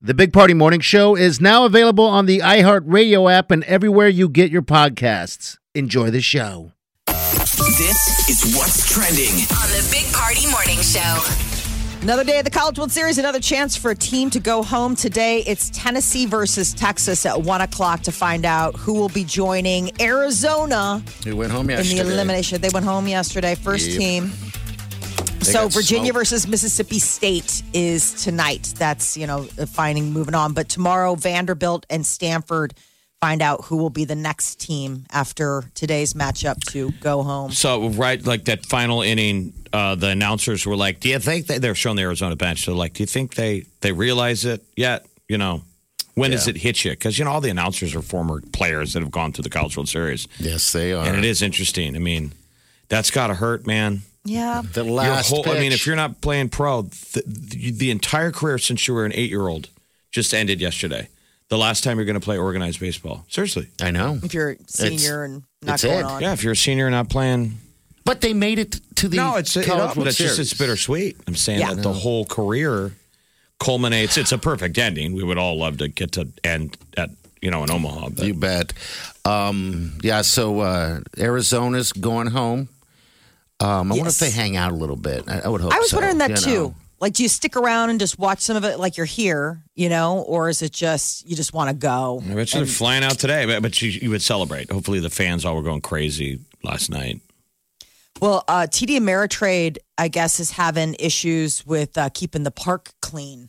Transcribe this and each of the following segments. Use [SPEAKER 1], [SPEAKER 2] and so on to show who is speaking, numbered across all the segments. [SPEAKER 1] The Big Party Morning Show is now available on the iHeartRadio app and everywhere you get your podcasts. Enjoy the show.
[SPEAKER 2] This is what's trending
[SPEAKER 3] on the Big Party Morning Show.
[SPEAKER 4] Another day of the College World Series, another chance for a team to go home today. It's Tennessee versus Texas at one o'clock to find out who will be joining Arizona
[SPEAKER 5] Who went home
[SPEAKER 4] in
[SPEAKER 5] yesterday?
[SPEAKER 4] the elimination. They went home yesterday, first
[SPEAKER 5] Yep.
[SPEAKER 4] team.
[SPEAKER 5] They
[SPEAKER 4] so
[SPEAKER 5] got
[SPEAKER 4] Virginia
[SPEAKER 5] smoked.
[SPEAKER 4] versus Mississippi State is tonight. That's you know finding moving on, but tomorrow Vanderbilt and Stanford find out who will be the next team after today's matchup to go home.
[SPEAKER 6] So right, like that final inning, uh, the announcers were like, "Do you think they?" They're showing the Arizona bench. They're like, "Do you think they they realize it yet?" You know, when does
[SPEAKER 5] Yeah.
[SPEAKER 6] it hit you? Because you know all the announcers are former players that have gone through the College World Series,
[SPEAKER 5] Yes, they are.
[SPEAKER 6] and it is interesting. I mean, that's got to hurt, man.
[SPEAKER 4] Yeah,
[SPEAKER 5] the
[SPEAKER 6] Your
[SPEAKER 5] last.
[SPEAKER 6] whole- I mean,
[SPEAKER 5] pitch.
[SPEAKER 6] if you're not playing pro, the, the, the entire career since you were an eight year old just ended yesterday. The last time you're going to play organized baseball, seriously.
[SPEAKER 5] I know.
[SPEAKER 4] if you're a senior and not
[SPEAKER 5] it's
[SPEAKER 4] going
[SPEAKER 5] it.
[SPEAKER 4] on.
[SPEAKER 6] Yeah, if you're a senior and not playing
[SPEAKER 5] But they made it to the
[SPEAKER 6] no, it's it,
[SPEAKER 5] College
[SPEAKER 6] all-
[SPEAKER 5] World
[SPEAKER 6] that's just
[SPEAKER 5] Series.
[SPEAKER 6] it's bittersweet. I'm saying
[SPEAKER 4] Yeah.
[SPEAKER 6] that the whole career culminates. It's a perfect ending. We would all love to get to end at you know in Omaha, but
[SPEAKER 5] You bet. Um, yeah. So uh, Arizona's going home. Um, I wonder if
[SPEAKER 4] Yes.
[SPEAKER 5] they hang out a little bit. I, I would hope.
[SPEAKER 4] I was
[SPEAKER 5] so,
[SPEAKER 4] wondering that
[SPEAKER 5] you
[SPEAKER 4] too.
[SPEAKER 5] know.
[SPEAKER 4] Like, do you stick around and just watch some of it like you're here, you know, or is it just you just want to go?
[SPEAKER 6] I bet you they're flying out today. But, but you, you would celebrate. Hopefully, the fans all were going crazy last night.
[SPEAKER 4] Well, uh, TD Ameritrade, I guess, is having issues with uh, keeping the park clean.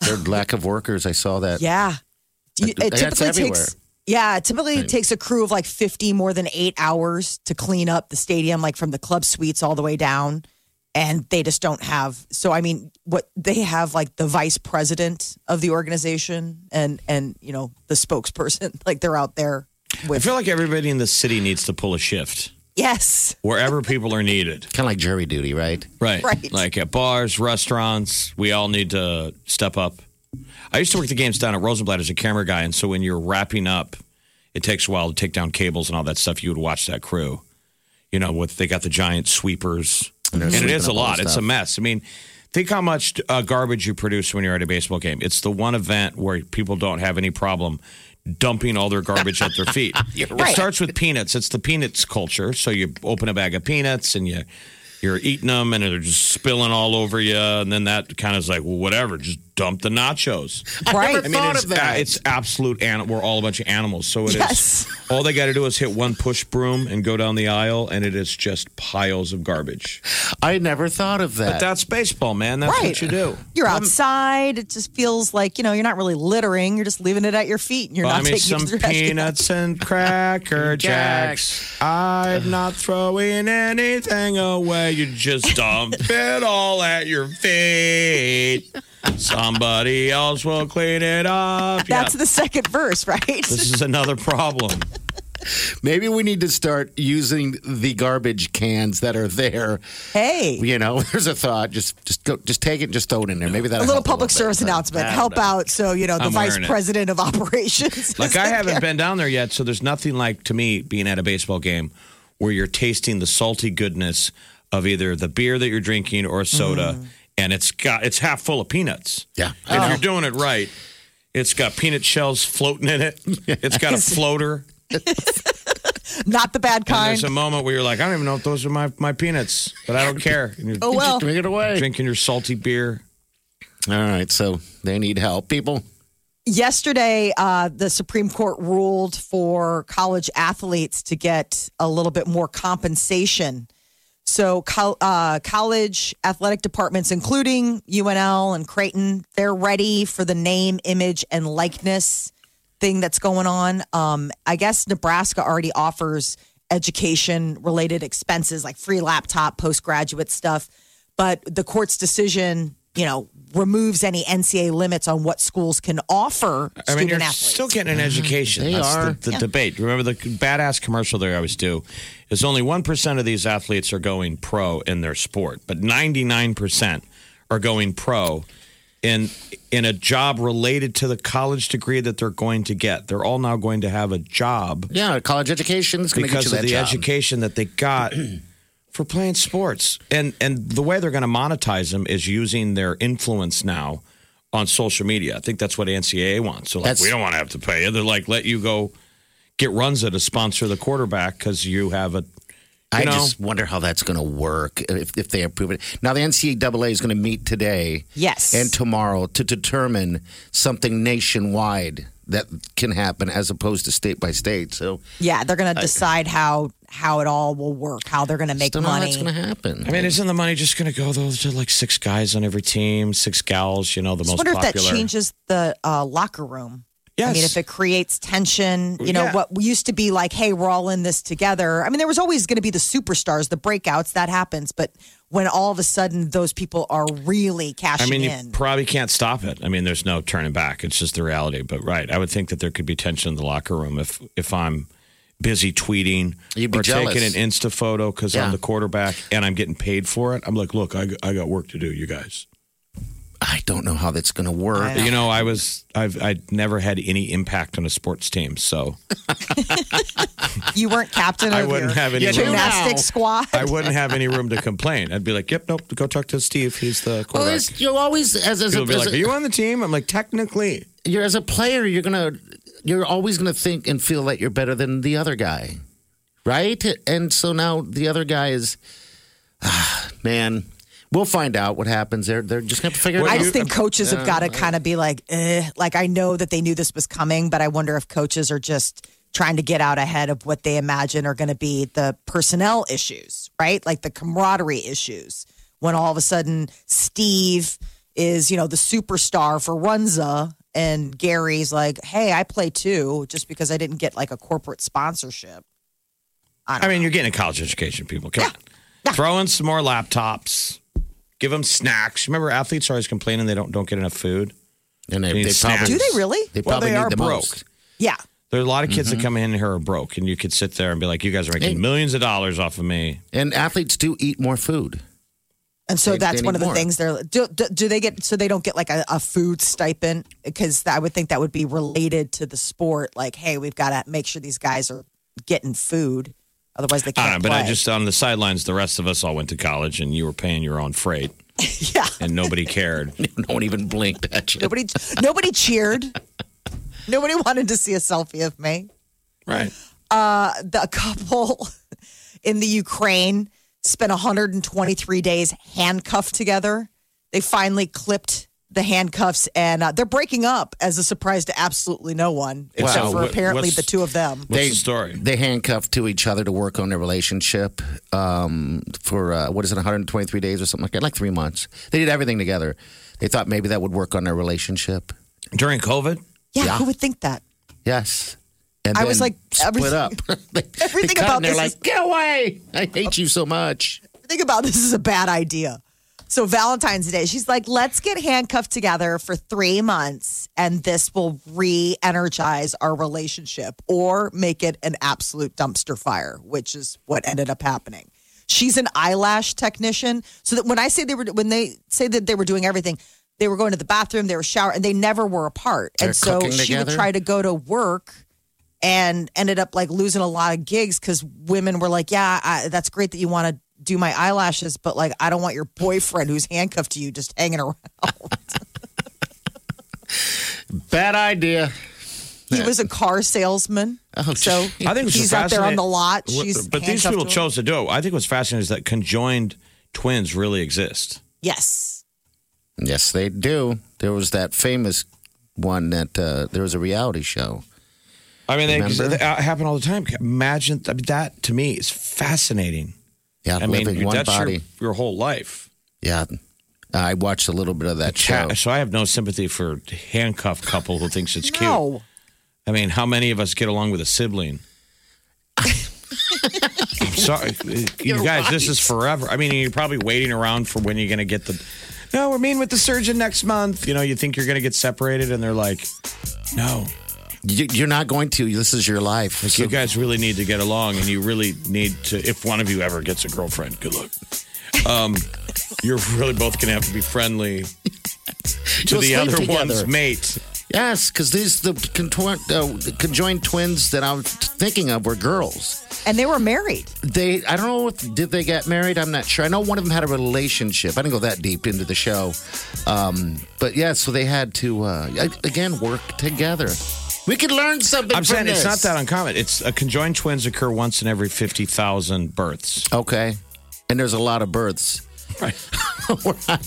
[SPEAKER 5] Their lack of workers. I saw that.
[SPEAKER 4] Yeah, Do you-
[SPEAKER 5] That's everywhere.
[SPEAKER 4] takes. Yeah, it typically it takes a crew of like 50 more than eight hours to clean up the stadium, like from the club suites all the way down. And they just don't have. So, I mean, what they have like the vice president of the organization and, and, you know, the spokesperson, like they're out there
[SPEAKER 6] I
[SPEAKER 4] with.
[SPEAKER 6] feel like everybody in the city needs to pull a shift
[SPEAKER 4] yes.
[SPEAKER 6] wherever people are needed.
[SPEAKER 5] Kind of like jury duty, right?
[SPEAKER 6] Right.
[SPEAKER 4] Right.
[SPEAKER 6] Like at bars, restaurants, we all need to step up. I used to work the games down at Rosenblatt as a camera guy, and so when you're wrapping up, it takes a while to take down cables and all that stuff. You would watch that crew. You know, with they got the giant sweepers, and,
[SPEAKER 5] they're
[SPEAKER 6] it
[SPEAKER 5] sweeping
[SPEAKER 6] is a
[SPEAKER 5] up all
[SPEAKER 6] lot.
[SPEAKER 5] the
[SPEAKER 6] It's a
[SPEAKER 5] stuff.
[SPEAKER 6] mess. I mean, think how much uh, garbage you produce when you're at a baseball game. It's the one event where people don't have any problem dumping all their garbage at their feet. It starts with peanuts. It's the peanuts culture. So you open a bag of peanuts and you you're eating them and they're just spilling all over you. And then that kind of is like, well, whatever, just dump the nachos.
[SPEAKER 4] Right.
[SPEAKER 5] never thought
[SPEAKER 6] it's,
[SPEAKER 5] of that.
[SPEAKER 6] uh, it's absolute animal. We're all a bunch of animals. So it is.
[SPEAKER 4] Yes.
[SPEAKER 6] All they got to do is hit one push broom and go down the aisle, and it is just piles of garbage.
[SPEAKER 5] I never thought of that.
[SPEAKER 6] But that's baseball, man. That's
[SPEAKER 4] Right.
[SPEAKER 6] what you do.
[SPEAKER 4] You're outside. It just feels like, you know, you're not really littering. You're just leaving it at your feet and you're
[SPEAKER 6] Buy
[SPEAKER 4] not
[SPEAKER 6] me
[SPEAKER 4] taking it
[SPEAKER 6] some
[SPEAKER 4] to the trash can.
[SPEAKER 6] peanuts and cracker jacks. I'm not throwing anything away. You just dump it all at your feet. Somebody else will clean it up.
[SPEAKER 4] That's
[SPEAKER 6] Yeah.
[SPEAKER 4] the second verse, right?
[SPEAKER 6] this is another problem.
[SPEAKER 5] Maybe we need to start using the garbage cans that are there.
[SPEAKER 4] hey.
[SPEAKER 5] You know, there's a thought. Just, just go, just take it, and just throw it in there. Maybe that
[SPEAKER 4] a little public service announcement. Help out. So, you know, the
[SPEAKER 6] I'm
[SPEAKER 4] vice
[SPEAKER 6] wearing it.
[SPEAKER 4] president of operations.
[SPEAKER 6] Like
[SPEAKER 4] is
[SPEAKER 6] I
[SPEAKER 4] in
[SPEAKER 6] haven't
[SPEAKER 4] there.
[SPEAKER 6] been down there yet, so there's nothing like to me being at a baseball game where you're tasting the salty goodness of either the beer that you're drinking or soda, and it's got it's half full of peanuts.
[SPEAKER 5] Yeah.
[SPEAKER 6] if you're doing it right, it's got peanut shells floating in it. It's got a floater.
[SPEAKER 4] Not the bad
[SPEAKER 6] And
[SPEAKER 4] kind.
[SPEAKER 6] there's a moment where you're like, I don't even know if those are my, my peanuts, but I don't care. And you're
[SPEAKER 4] oh, well.
[SPEAKER 5] Just drink it away.
[SPEAKER 6] drinking your salty beer.
[SPEAKER 5] All right, so they need help, people.
[SPEAKER 4] Yesterday, uh, the Supreme Court ruled for college athletes to get a little bit more compensation. So, col- uh, college athletic departments, including UNL and Creighton, they're ready for the name, image, and likeness thing that's going on. Um, I guess Nebraska already offers education related expenses like free laptop, postgraduate stuff. But the court's decision, you know, removes any NCAA limits on what schools can offer
[SPEAKER 6] I mean,
[SPEAKER 4] student
[SPEAKER 6] you're
[SPEAKER 4] athletes.
[SPEAKER 6] still getting an education.
[SPEAKER 5] Mm-hmm. They
[SPEAKER 6] That's
[SPEAKER 5] are.
[SPEAKER 6] the, the debate. Remember the badass commercial they always do is only 1% of these athletes are going pro in their sport, but 99% are going pro in in a job related to the college degree that they're going to get. They're all now going to have a job
[SPEAKER 5] Yeah, college education is going to get
[SPEAKER 6] because
[SPEAKER 5] you
[SPEAKER 6] of
[SPEAKER 5] that
[SPEAKER 6] the
[SPEAKER 5] job.
[SPEAKER 6] education that they got for playing sports. And and the way they're going to monetize them is using their influence now on social media. I think that's what NCAA wants. So like,
[SPEAKER 5] That's-
[SPEAKER 6] we don't want to have to pay you. They're like, let you go get runs to sponsor the quarterback because you have a. You
[SPEAKER 5] I
[SPEAKER 6] know,
[SPEAKER 5] just wonder how that's going to work if, if they approve it. Now, the NCAA is going to meet today
[SPEAKER 4] Yes.
[SPEAKER 5] and tomorrow to determine something nationwide that can happen as opposed to state by state. So,
[SPEAKER 4] yeah, they're going to decide how how it all will work, how they're going to make
[SPEAKER 5] don't know how
[SPEAKER 4] money.
[SPEAKER 5] that's going to happen.
[SPEAKER 6] I mean, isn't the money just going to go though to like six guys on every team, six gals? You know, the
[SPEAKER 4] I just
[SPEAKER 6] most
[SPEAKER 4] wonder
[SPEAKER 6] popular.
[SPEAKER 4] if that changes the uh, locker room. I mean,
[SPEAKER 6] Yes.
[SPEAKER 4] if it creates tension, you know,
[SPEAKER 6] Yeah.
[SPEAKER 4] what used to be like, hey, we're all in this together. I mean, there was always going to be the superstars, the breakouts, that happens. But when all of a sudden those people are really
[SPEAKER 6] I
[SPEAKER 4] cashing
[SPEAKER 6] mean,
[SPEAKER 4] in.
[SPEAKER 6] you probably can't stop it. I mean, there's no turning back. It's just the reality. But right, I would think that there could be tension in the locker room if if I'm busy tweeting
[SPEAKER 5] You'd be
[SPEAKER 6] or taking an
[SPEAKER 5] jealous.
[SPEAKER 6] Insta photo because I'm
[SPEAKER 5] Yeah.
[SPEAKER 6] the quarterback and I'm getting paid for it. I'm like, look, I, I got work to do, you guys.
[SPEAKER 5] I don't know how that's going to work.
[SPEAKER 6] You know, I was I've I never had any impact on a sports team, so
[SPEAKER 4] you weren't captain of
[SPEAKER 6] I
[SPEAKER 4] your
[SPEAKER 6] wouldn't have any
[SPEAKER 5] Yeah,
[SPEAKER 6] room.
[SPEAKER 4] gymnastic
[SPEAKER 5] now.
[SPEAKER 4] squad.
[SPEAKER 6] I wouldn't have any room to complain. I'd be like, yep, nope, go talk to Steve. He's the
[SPEAKER 5] Well,
[SPEAKER 6] quarterback.
[SPEAKER 5] there's- you're always as, as, a,
[SPEAKER 6] People would be
[SPEAKER 5] as,
[SPEAKER 6] like, are
[SPEAKER 5] a,
[SPEAKER 6] you on the team? I'm like, technically.
[SPEAKER 5] you're, as a player, you're gonna you're always gonna think and feel that you're better than the other guy, right? And so now the other guy is, ah, man. We'll find out what happens. They're they're just gonna figure it
[SPEAKER 6] What
[SPEAKER 4] I
[SPEAKER 5] out.
[SPEAKER 6] do
[SPEAKER 4] just think coaches have got to kind of be like, eh. like I know that they knew this was coming, but I wonder if coaches are just trying to get out ahead of what they imagine are going to be the personnel issues, right? Like the camaraderie issues. When all of a sudden Steve is, you know, the superstar for Runza, and Gary's like, hey, I play too, just because I didn't get like a corporate sponsorship.
[SPEAKER 6] I mean, you're getting a college education, people. Come on. Throw in some more laptops. Give them snacks. Remember, athletes are always complaining they don't don't get enough food.
[SPEAKER 5] And they,
[SPEAKER 6] Need
[SPEAKER 5] they probably
[SPEAKER 6] snacks.
[SPEAKER 4] Do they really?
[SPEAKER 5] They
[SPEAKER 6] Well,
[SPEAKER 5] probably
[SPEAKER 6] they
[SPEAKER 5] need
[SPEAKER 6] are
[SPEAKER 5] the
[SPEAKER 6] broke.
[SPEAKER 5] most.
[SPEAKER 4] Yeah.
[SPEAKER 6] There are a lot of kids
[SPEAKER 4] Mm-hmm.
[SPEAKER 6] that come in here are broke, and you could sit there and be like, "You guys are making
[SPEAKER 5] Hey.
[SPEAKER 6] millions of dollars off of me."
[SPEAKER 5] And athletes do eat more food.
[SPEAKER 4] And so
[SPEAKER 5] They-
[SPEAKER 4] that's
[SPEAKER 5] they
[SPEAKER 4] one of
[SPEAKER 5] need
[SPEAKER 4] the
[SPEAKER 5] more.
[SPEAKER 4] things they're do, do, do they get so they don't get like a, a food stipend because I would think that would be related to the sport like hey we've got to make sure these guys are getting food otherwise they
[SPEAKER 6] I
[SPEAKER 4] can't
[SPEAKER 5] Ah,
[SPEAKER 6] don't know, but I
[SPEAKER 4] play.
[SPEAKER 6] just on the sidelines, the rest of us all went to college, and you were paying your own freight,
[SPEAKER 4] yeah
[SPEAKER 6] and nobody cared.
[SPEAKER 5] No one even blinked at you.
[SPEAKER 4] nobody nobody cheered nobody wanted to see a selfie of me
[SPEAKER 6] right?
[SPEAKER 4] the couple in the Ukraine spent 123 days handcuffed together. They finally clipped the handcuffs and uh, they're breaking up as a surprise to absolutely no one, except
[SPEAKER 6] Wow.
[SPEAKER 4] for
[SPEAKER 6] What-
[SPEAKER 4] apparently
[SPEAKER 6] what's-
[SPEAKER 4] the two of them.
[SPEAKER 6] What's
[SPEAKER 5] They-
[SPEAKER 6] the story?
[SPEAKER 5] They handcuffed to each other to work on their relationship um, for uh, what is it, 123 days or something like that, like three months. They did everything together. They thought maybe that would work on their relationship.
[SPEAKER 6] During COVID,
[SPEAKER 4] Yeah, who would think that?
[SPEAKER 5] Yes. And
[SPEAKER 4] I was
[SPEAKER 5] then
[SPEAKER 4] like,
[SPEAKER 5] split
[SPEAKER 4] everything-
[SPEAKER 5] up. they,
[SPEAKER 4] everything
[SPEAKER 5] cut
[SPEAKER 4] about
[SPEAKER 5] and they're
[SPEAKER 4] this
[SPEAKER 5] like,
[SPEAKER 4] is-
[SPEAKER 5] get away! I hate you so much.
[SPEAKER 4] Think about this is a bad idea. So Valentine's Day, she's like, let's get handcuffed together for three months and this will re-energize our relationship or make it an absolute dumpster fire, which is what ended up happening. She's an eyelash technician. So that when I say they were when they say that they were doing everything, they were going to the bathroom, they were showering, and they never were apart.
[SPEAKER 5] They're
[SPEAKER 4] and so
[SPEAKER 5] cooking
[SPEAKER 4] she would
[SPEAKER 5] together?
[SPEAKER 4] try to go to work and ended up like losing a lot of gigs because women were like, "Yeah, I, that's great that you want to do my eyelashes, but like, I don't want your boyfriend who's handcuffed to you just hanging around."
[SPEAKER 5] Bad idea.
[SPEAKER 4] he was a car salesman, so
[SPEAKER 6] I think it's
[SPEAKER 4] he's out there on
[SPEAKER 6] fascinating-
[SPEAKER 4] the lot.
[SPEAKER 6] Wh-
[SPEAKER 4] She's
[SPEAKER 6] but these
[SPEAKER 4] handcuffed
[SPEAKER 6] people
[SPEAKER 4] to him.
[SPEAKER 6] chose to do it. I think what's fascinating is that conjoined twins really exist.
[SPEAKER 4] Yes,
[SPEAKER 5] Yes, they do. There was that famous one that uh, there was a reality show.
[SPEAKER 6] I mean, they,
[SPEAKER 5] Remember?
[SPEAKER 6] they uh, happen all the time. Imagine I mean, that to me is fascinating.
[SPEAKER 5] Yeah,
[SPEAKER 6] I mean,
[SPEAKER 5] living one
[SPEAKER 6] that's
[SPEAKER 5] body.
[SPEAKER 6] Your, your whole life.
[SPEAKER 5] Yeah. I watched a little bit of that show.
[SPEAKER 6] So I have no sympathy for handcuffed couple who thinks it's cute.
[SPEAKER 4] no,
[SPEAKER 6] I mean, how many of us get along with a sibling? I'm sorry, you guys. This is forever. I mean, you're probably waiting around for when you're going to get the no, we're meeting with the surgeon next month. You know, you think you're going to get separated, and they're like, no,
[SPEAKER 5] You, you're not going to. This is your life. So-
[SPEAKER 6] you guys really need to get along, and you really need to. If one of you ever gets a girlfriend, good luck. Um, you're really both going to have to be friendly to
[SPEAKER 5] You'll
[SPEAKER 6] the
[SPEAKER 5] sleep
[SPEAKER 6] other
[SPEAKER 5] together.
[SPEAKER 6] one's mate.
[SPEAKER 5] Yes, because these the contor- uh, the conjoined twins that I'm thinking of were girls.
[SPEAKER 4] And they were married.
[SPEAKER 5] They I don't know if did they get married. I'm not sure. I know one of them had a relationship. I didn't go that deep into the show, um, but yeah. So they had to uh, a- again work together. We could learn something.
[SPEAKER 6] I'm
[SPEAKER 5] from
[SPEAKER 6] saying it's not
[SPEAKER 5] this.
[SPEAKER 6] that uncommon. It's uh, conjoined twins occur once in every fifty thousand births.
[SPEAKER 5] okay. And there's a lot of births.
[SPEAKER 6] Right.
[SPEAKER 5] We're not-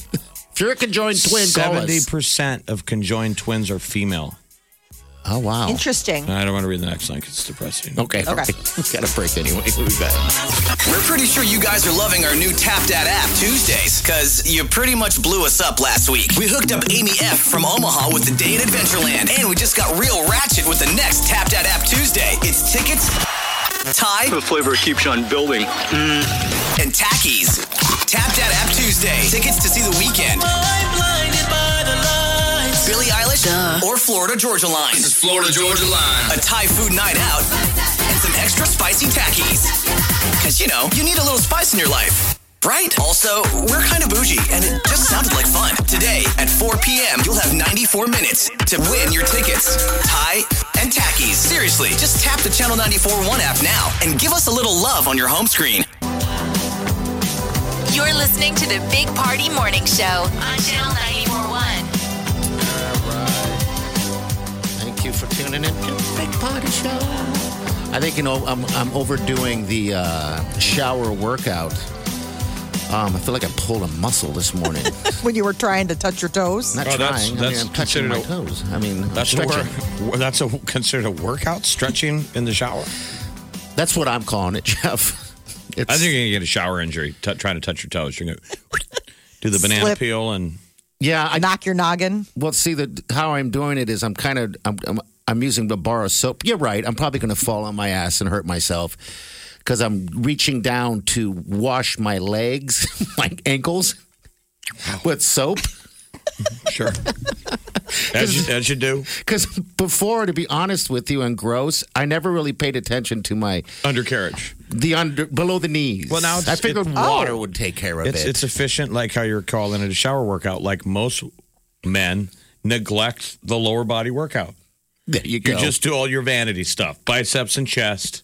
[SPEAKER 5] if you're a conjoined twin, call
[SPEAKER 6] Seventy
[SPEAKER 5] us.
[SPEAKER 6] percent of conjoined twins are female.
[SPEAKER 5] Oh wow.
[SPEAKER 4] Interesting.
[SPEAKER 6] I don't want to read the next line 'cause it's depressing.
[SPEAKER 5] Okay.
[SPEAKER 4] Okay.
[SPEAKER 5] We got a break anyway. We'll be back.
[SPEAKER 2] We're pretty sure you guys are loving our new Tap Dat app Tuesdays, because you pretty much blew us up last week. We hooked up Amy F. from Omaha with the day in Adventureland, and we just got real ratchet with the next Tap Dat app Tuesday. It's tickets, tie,
[SPEAKER 7] The flavor keeps on building.
[SPEAKER 2] and tackies. Tap that app Tuesday. Tickets to see the weekend. Billie Eilish or Florida Georgia Line. This is Florida Georgia Line. A Thai food night out and some extra spicy tackies. Cause you know, you need a little spice in your life. Right? Also, we're kind of bougie, and it just sounded like fun. Today at 4 p.m., you'll have 94 minutes to win your tickets, tie, and tackies. Seriously, just tap the Channel 94 One app now and give us a little love on your home screen.
[SPEAKER 3] You're listening to the Big Party Morning Show on Channel 941.
[SPEAKER 5] Thank you for tuning in to the Big Party Show. I think you know I'm I'm overdoing the uh, shower workout. Um, I feel like I pulled a muscle this morning.
[SPEAKER 4] When you were trying to touch your toes.
[SPEAKER 5] Not
[SPEAKER 6] Oh,
[SPEAKER 5] trying.
[SPEAKER 6] that's-
[SPEAKER 5] I
[SPEAKER 6] that's
[SPEAKER 5] mean, I'm touching
[SPEAKER 6] considered
[SPEAKER 5] my
[SPEAKER 6] a-
[SPEAKER 5] toes. I mean, I'm
[SPEAKER 6] That's a
[SPEAKER 5] stretching.
[SPEAKER 6] wor- that's a considered a workout stretching in the shower.
[SPEAKER 5] That's what I'm calling it, Jeff. It's,
[SPEAKER 6] I think you're gonna get a shower injury t- trying to touch your toes. You're gonna do the banana
[SPEAKER 4] Slip.
[SPEAKER 6] peel and
[SPEAKER 5] yeah. I
[SPEAKER 4] Knock your noggin.
[SPEAKER 5] well, see the how I'm doing it is I'm kind of I'm, I'm I'm using the bar of soap. You're right. I'm probably going to fall on my ass and hurt myself because I'm reaching down to wash my legs, my ankles with soap.
[SPEAKER 6] sure, as you, as you do,
[SPEAKER 5] Because before, to be honest with you, and gross, I never really paid attention to my
[SPEAKER 6] undercarriage.
[SPEAKER 5] the under below the knees.
[SPEAKER 6] Well, now it's-
[SPEAKER 5] I figured oh,
[SPEAKER 6] it-
[SPEAKER 5] water would take care of
[SPEAKER 6] It's
[SPEAKER 5] it.
[SPEAKER 6] it's efficient, like how you're calling it a shower workout. Like most men neglect the lower body workout.
[SPEAKER 5] there you go.
[SPEAKER 6] You just do all your vanity stuff, biceps and chest,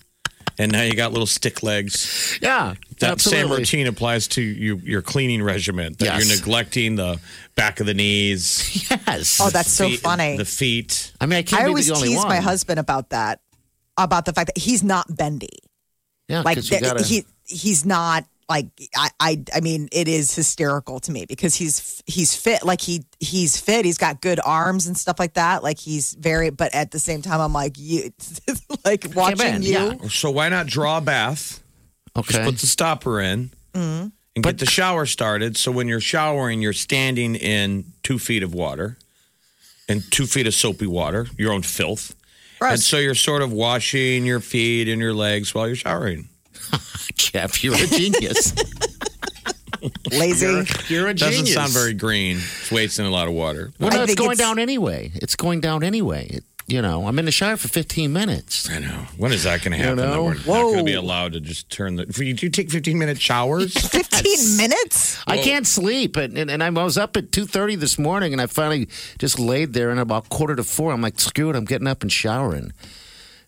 [SPEAKER 6] and now you got little stick legs.
[SPEAKER 5] yeah,
[SPEAKER 6] That same
[SPEAKER 5] absolutely.
[SPEAKER 6] routine applies to you, your cleaning regimen. That
[SPEAKER 5] Yes.
[SPEAKER 6] you're neglecting the back of the knees.
[SPEAKER 5] Yes.
[SPEAKER 4] Oh, that's so
[SPEAKER 6] feet-
[SPEAKER 4] funny.
[SPEAKER 6] The feet.
[SPEAKER 5] I mean, I can't
[SPEAKER 4] I
[SPEAKER 5] be
[SPEAKER 4] always
[SPEAKER 5] the only
[SPEAKER 4] tease
[SPEAKER 5] one.
[SPEAKER 4] my husband about that, about the fact that he's not bendy.
[SPEAKER 5] Yeah,
[SPEAKER 4] Like
[SPEAKER 5] 'cause you
[SPEAKER 4] that-
[SPEAKER 5] gotta,
[SPEAKER 4] he he's not like I, I I mean it is hysterical to me because he's he's fit like he he's fit he's got good arms and stuff like that like he's very but at the same time I'm like you like watching
[SPEAKER 5] man,
[SPEAKER 4] you
[SPEAKER 5] yeah.
[SPEAKER 6] So why not draw a bath?
[SPEAKER 5] okay.
[SPEAKER 6] Put the stopper in and get the shower started. So when you're showering, you're standing in two feet of water and two feet of soapy water, your own filth. And so you're sort of washing your feet and your legs while you're showering.
[SPEAKER 5] Jeff, you're a genius.
[SPEAKER 4] lazy
[SPEAKER 5] you're a
[SPEAKER 6] Doesn't
[SPEAKER 5] genius.
[SPEAKER 6] sound very green. It's wasting a lot of water.
[SPEAKER 5] Well,
[SPEAKER 4] I
[SPEAKER 5] no, it's
[SPEAKER 4] think
[SPEAKER 5] going
[SPEAKER 4] it's-
[SPEAKER 5] down anyway. It's going down anyway. It- you know, I'm in the shower for 15 minutes.
[SPEAKER 6] I know. When is that going to happen? that
[SPEAKER 5] know?
[SPEAKER 6] we're not going to be allowed to just turn the. Do you take 15 minute showers?
[SPEAKER 4] 15 minutes
[SPEAKER 5] I can't sleep, and, and, and I was up at two thirty this morning, and I finally just laid there, and about quarter to four, I'm like, screw it, I'm getting up and showering,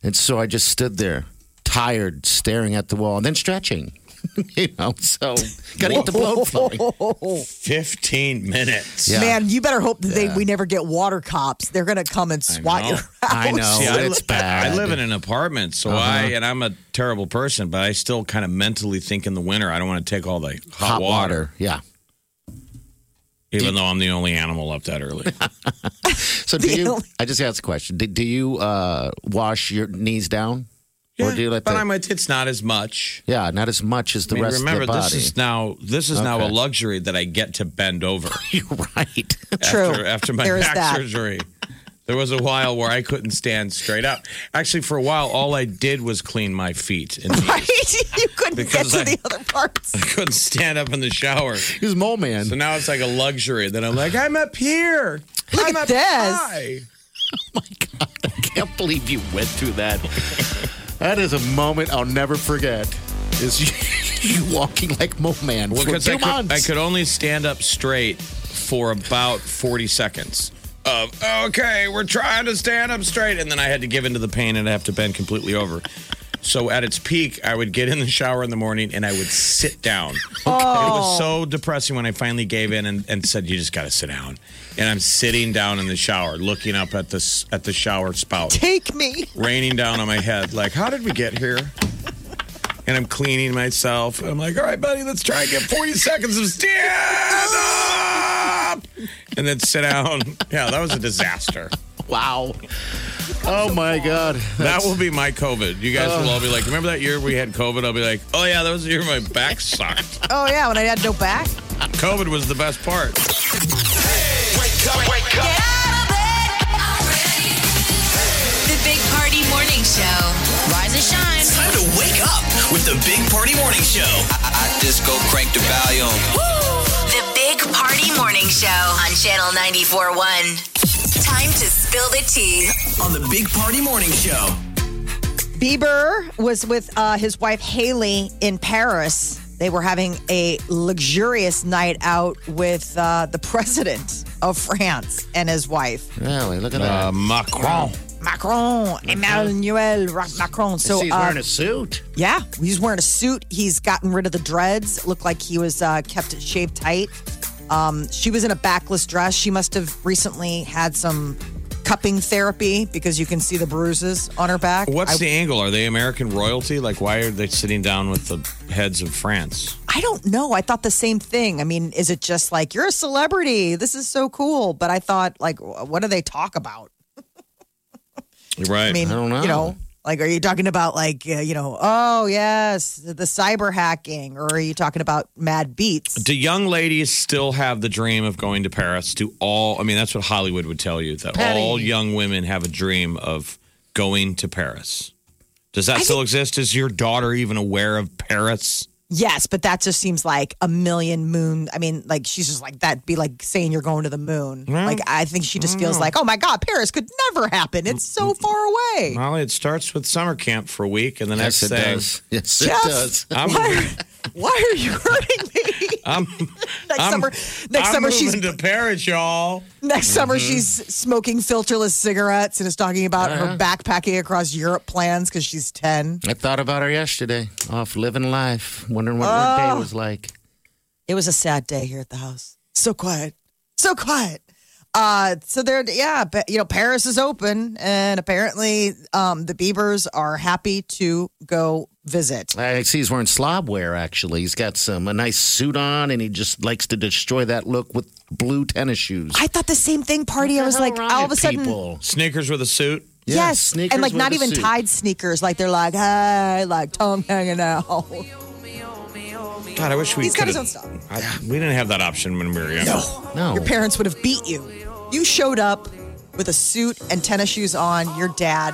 [SPEAKER 5] and so I just stood there, tired, staring at the wall, and then stretching, you know. So gotta get the blood flowing.
[SPEAKER 6] 15 minutes.
[SPEAKER 5] Yeah.
[SPEAKER 4] Man, you better hope that they, we never get water cops. They're going to come and swat
[SPEAKER 6] know.
[SPEAKER 4] your house.
[SPEAKER 5] I know
[SPEAKER 6] See, I,
[SPEAKER 5] Oh, it's bad. Uh-huh.
[SPEAKER 6] I live in an apartment, so I and I'm a terrible person, but I still kind of mentally think in the winter I don't want to take all the hot,
[SPEAKER 5] hot water.
[SPEAKER 6] water,
[SPEAKER 5] Yeah.
[SPEAKER 6] even though I'm the only animal up that early.
[SPEAKER 5] So do you? I just asked a question. Do, do you uh, wash your knees down, or do you let
[SPEAKER 6] but
[SPEAKER 5] the?
[SPEAKER 6] I'm a, it's not as much.
[SPEAKER 5] yeah, not as much as the
[SPEAKER 6] I mean,
[SPEAKER 5] rest
[SPEAKER 6] remember,
[SPEAKER 5] of the body.
[SPEAKER 6] this is now this is now a
[SPEAKER 5] Okay.
[SPEAKER 6] luxury that I get to bend over
[SPEAKER 5] You're right.
[SPEAKER 4] True.
[SPEAKER 6] after, after my
[SPEAKER 4] There is
[SPEAKER 6] back
[SPEAKER 4] that.
[SPEAKER 6] surgery. There was a while where I couldn't stand straight up. Actually, for a while, all I did was clean my feet and knees.
[SPEAKER 4] Right? you couldn't
[SPEAKER 6] Because
[SPEAKER 4] get to
[SPEAKER 6] I-
[SPEAKER 4] the other parts.
[SPEAKER 6] I couldn't stand up in the shower.
[SPEAKER 5] He's mole man.
[SPEAKER 6] So now it's like a luxury. Then I'm like, I'm up here.
[SPEAKER 4] Look
[SPEAKER 6] I'm
[SPEAKER 4] at
[SPEAKER 6] up
[SPEAKER 4] this.
[SPEAKER 6] high.
[SPEAKER 5] I can't believe you went through that. that is a moment I'll never forget. Is you, you walking like Mo Man
[SPEAKER 6] Well,
[SPEAKER 5] for
[SPEAKER 6] because
[SPEAKER 5] two
[SPEAKER 6] I could,
[SPEAKER 5] months?
[SPEAKER 6] I could only stand up straight for about 40 seconds. Of okay, we're trying to stand up straight, and then I had to give into the pain and I have to bend completely over. So at its peak, I would get in the shower in the morning and I would sit down. It was so depressing when I finally gave in and, and said, "You just got to sit down." And I'm sitting down in the shower, looking up at this at the shower spout
[SPEAKER 4] Take me.
[SPEAKER 6] raining down on my head. Like, how did we get here? And I'm cleaning myself. I'm like, all right, buddy, let's try and get 40 seconds of stand up. And then sit down. Yeah, that was a disaster.
[SPEAKER 5] wow. Oh my God.
[SPEAKER 6] That will be my COVID. You guys will all be like, remember that year we had COVID? I'll be like, oh, yeah, that was the year my back sucked.
[SPEAKER 4] Oh yeah, when I had no back.
[SPEAKER 6] COVID was the best part.
[SPEAKER 3] Get out of bed already. The Big Party Morning Show. Rise and shine.
[SPEAKER 2] Time to wake up with the Big Party Morning Show. I, I just go crank the volume.
[SPEAKER 3] The Big Party Morning Show on Channel 94.1. Time to spill the tea.
[SPEAKER 2] On the Big Party Morning Show.
[SPEAKER 4] Bieber was with uh, his wife Haley in Paris. They were having a luxurious night out with uh, the president of France and his wife
[SPEAKER 5] Really, look at that.
[SPEAKER 6] Uh, Macron.
[SPEAKER 4] Macron, Emmanuel Ra- Macron.
[SPEAKER 5] so,
[SPEAKER 4] So
[SPEAKER 5] he's
[SPEAKER 4] uh,
[SPEAKER 5] wearing a suit.
[SPEAKER 4] yeah, he's wearing a suit. He's gotten rid of the dreads. Looked like he was uh, kept it shaved tight. Um, she was in a backless dress. She must have recently had some cupping therapy because you can see the bruises on her back.
[SPEAKER 6] What's
[SPEAKER 4] I-
[SPEAKER 6] the angle? Are they American royalty? Like, why are they sitting down with the heads of France?
[SPEAKER 4] I don't know. I thought the same thing. I mean, is it just like you're a celebrity? This is so cool. But I thought, like, wh- what do they talk about?
[SPEAKER 6] You're right.
[SPEAKER 4] I mean,
[SPEAKER 5] I don't know.
[SPEAKER 4] you know, like, are you talking about like, uh, you know, oh yes, the cyber hacking, or are you talking about Mad Beats?
[SPEAKER 6] Do young ladies still have the dream of going to Paris? Do all, I mean, that's what Hollywood would tell you that
[SPEAKER 5] Patty.
[SPEAKER 6] all young women have a dream of going to Paris. Does that still exist? Is your daughter even aware of Paris?
[SPEAKER 4] yes, but that just seems like a million moon. I mean, like she's just like that'd be like saying you're going to the moon. Like I think she just feels like, oh my god, Paris could never happen. It's so far away.
[SPEAKER 6] Molly, it starts with summer camp for a week, and the next
[SPEAKER 5] Yes, it
[SPEAKER 6] thing,
[SPEAKER 5] does. Yes, it
[SPEAKER 4] Jeff,
[SPEAKER 5] does.
[SPEAKER 6] I'm,
[SPEAKER 4] Why, why are you hurting me?
[SPEAKER 6] I'm,
[SPEAKER 4] next
[SPEAKER 6] I'm-
[SPEAKER 4] summer, next
[SPEAKER 6] I'm
[SPEAKER 4] summer
[SPEAKER 6] moving
[SPEAKER 4] she's
[SPEAKER 6] to Paris, y'all.
[SPEAKER 4] Next summer,
[SPEAKER 5] Mm-hmm.
[SPEAKER 4] she's smoking filterless cigarettes and is talking about
[SPEAKER 5] Uh-huh.
[SPEAKER 4] her backpacking across Europe plans because she's 10.
[SPEAKER 5] I thought about her yesterday, off living life, wondering what
[SPEAKER 4] Oh.
[SPEAKER 5] her day was like.
[SPEAKER 4] It was a sad day here at the house. So quiet. So quiet. Uh, so there, yeah, but you know, Paris is open, and apparently, um, the Beavers are happy to go visit.
[SPEAKER 5] I see he's wearing slob wear. Actually, he's got some a nice suit on, and he just likes to destroy that look with blue tennis shoes.
[SPEAKER 4] I thought the same thing, party. I was like, all of a sudden,
[SPEAKER 6] Sneakers with a suit.
[SPEAKER 5] Yeah,
[SPEAKER 4] yes,
[SPEAKER 5] sneakers
[SPEAKER 4] and like
[SPEAKER 5] with
[SPEAKER 4] not
[SPEAKER 5] a
[SPEAKER 4] even
[SPEAKER 5] suit.
[SPEAKER 4] tied sneakers, like they're like, hey, like tongue hanging out.
[SPEAKER 6] God, I wish we
[SPEAKER 4] He's got his
[SPEAKER 6] could've-
[SPEAKER 4] own stuff.
[SPEAKER 6] I- we didn't have that option when we were young.
[SPEAKER 5] No,
[SPEAKER 4] Your parents would have beat you. You showed up with a suit and tennis shoes on. Your dad.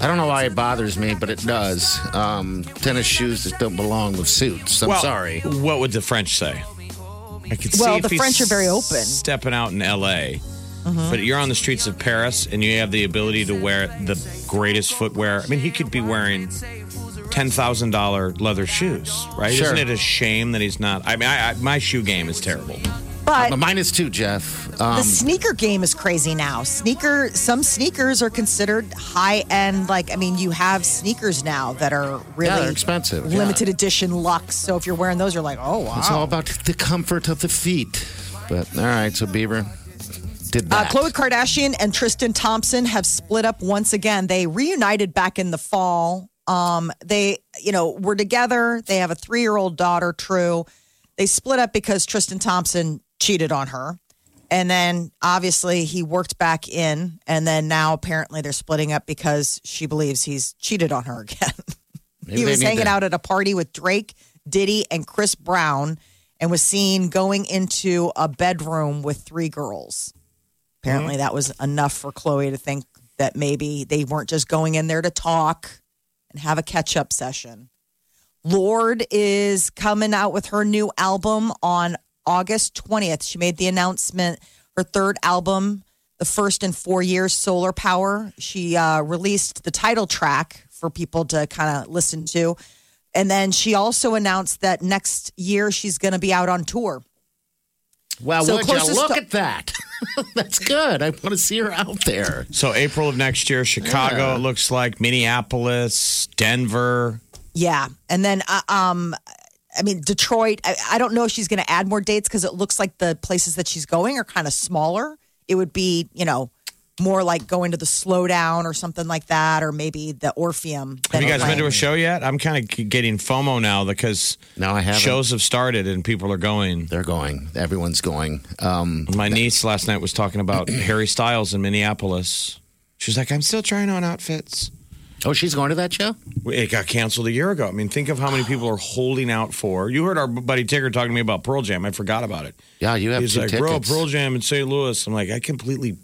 [SPEAKER 5] I don't know why it bothers me, but it does. Um, tennis shoes that don't belong with suits. I'm
[SPEAKER 6] Well,
[SPEAKER 5] sorry.
[SPEAKER 6] What would the French say? I could
[SPEAKER 4] Well,
[SPEAKER 6] see if
[SPEAKER 4] the
[SPEAKER 6] he's
[SPEAKER 4] French are very open. Uh-huh.
[SPEAKER 6] Stepping out in L.A., but you're on the streets of Paris, and you have the ability to wear the greatest footwear. I mean, he could be wearing ten thousand dollar leather shoes, right?
[SPEAKER 5] Sure.
[SPEAKER 6] Isn't it a shame that he's not? I mean, I, I, my shoe game is terrible.
[SPEAKER 4] But
[SPEAKER 5] But mine is too, Jeff.
[SPEAKER 4] the
[SPEAKER 5] Um,
[SPEAKER 4] sneaker game is crazy now. Sneaker. Some sneakers are considered high end. Like I mean, you have sneakers now that are really
[SPEAKER 5] they're expensive, yeah.
[SPEAKER 4] limited edition luxe. So if you're wearing those, you're like, oh wow.
[SPEAKER 5] it's all about the comfort of the feet. But all right, so Bieber did
[SPEAKER 4] Uh,
[SPEAKER 5] that.
[SPEAKER 4] Khloe Kardashian and Tristan Thompson have split up once again. They reunited back in the fall. Um, they, you know, were together. They have a three-year-old daughter, True. They split up because Tristan Thompson cheated on her, and then obviously he worked back in, and then now apparently they're splitting up because she believes he's cheated on her again.
[SPEAKER 5] Maybe
[SPEAKER 4] he
[SPEAKER 5] they
[SPEAKER 4] was
[SPEAKER 5] need
[SPEAKER 4] hanging
[SPEAKER 5] to-
[SPEAKER 4] out at a party with Drake, Diddy, and Chris Brown, and was seen going into a bedroom with three girls. Apparently,
[SPEAKER 5] Mm-hmm.
[SPEAKER 4] that was enough for Chloe to think that maybe they weren't just going in there to talk and have a catch up session. Lord is coming out with her new album on August 20th. She made the announcement, her third album, the first in four years, Solar Power. She uh, released the title track for people to kind of listen to. And then she also announced that next year she's going to be out on tour.
[SPEAKER 5] Wow,
[SPEAKER 4] So
[SPEAKER 5] would you
[SPEAKER 4] closest
[SPEAKER 5] look
[SPEAKER 4] to-
[SPEAKER 5] at that? That's good. I want to see her out there.
[SPEAKER 6] So April of next year, Chicago. It looks like Minneapolis, Denver.
[SPEAKER 4] Yeah, and then uh, um, I mean Detroit. I, I don't know if she's going to add more dates because it looks like the places that she's going are kind of smaller. It would be you know more like going to the slowdown or something like that, or maybe the Orpheum.
[SPEAKER 6] Have you guys been to a show yet? I'm kind of getting FOMO now because
[SPEAKER 5] No, I haven't.
[SPEAKER 6] shows have started and people are going.
[SPEAKER 5] They're going. Everyone's going. Um,
[SPEAKER 6] My niece last night was talking about Harry Styles in Minneapolis. She's like, I'm still trying on outfits.
[SPEAKER 5] oh, she's going to that show?
[SPEAKER 6] It got canceled a year ago. I mean, think of how many people are holding out for. You heard our buddy Tigger talking to me about Pearl Jam. I forgot about it.
[SPEAKER 5] Yeah, you have
[SPEAKER 6] He's
[SPEAKER 5] two
[SPEAKER 6] like,
[SPEAKER 5] tickets.
[SPEAKER 6] bro, Pearl Jam in St. Louis. I'm like, I completely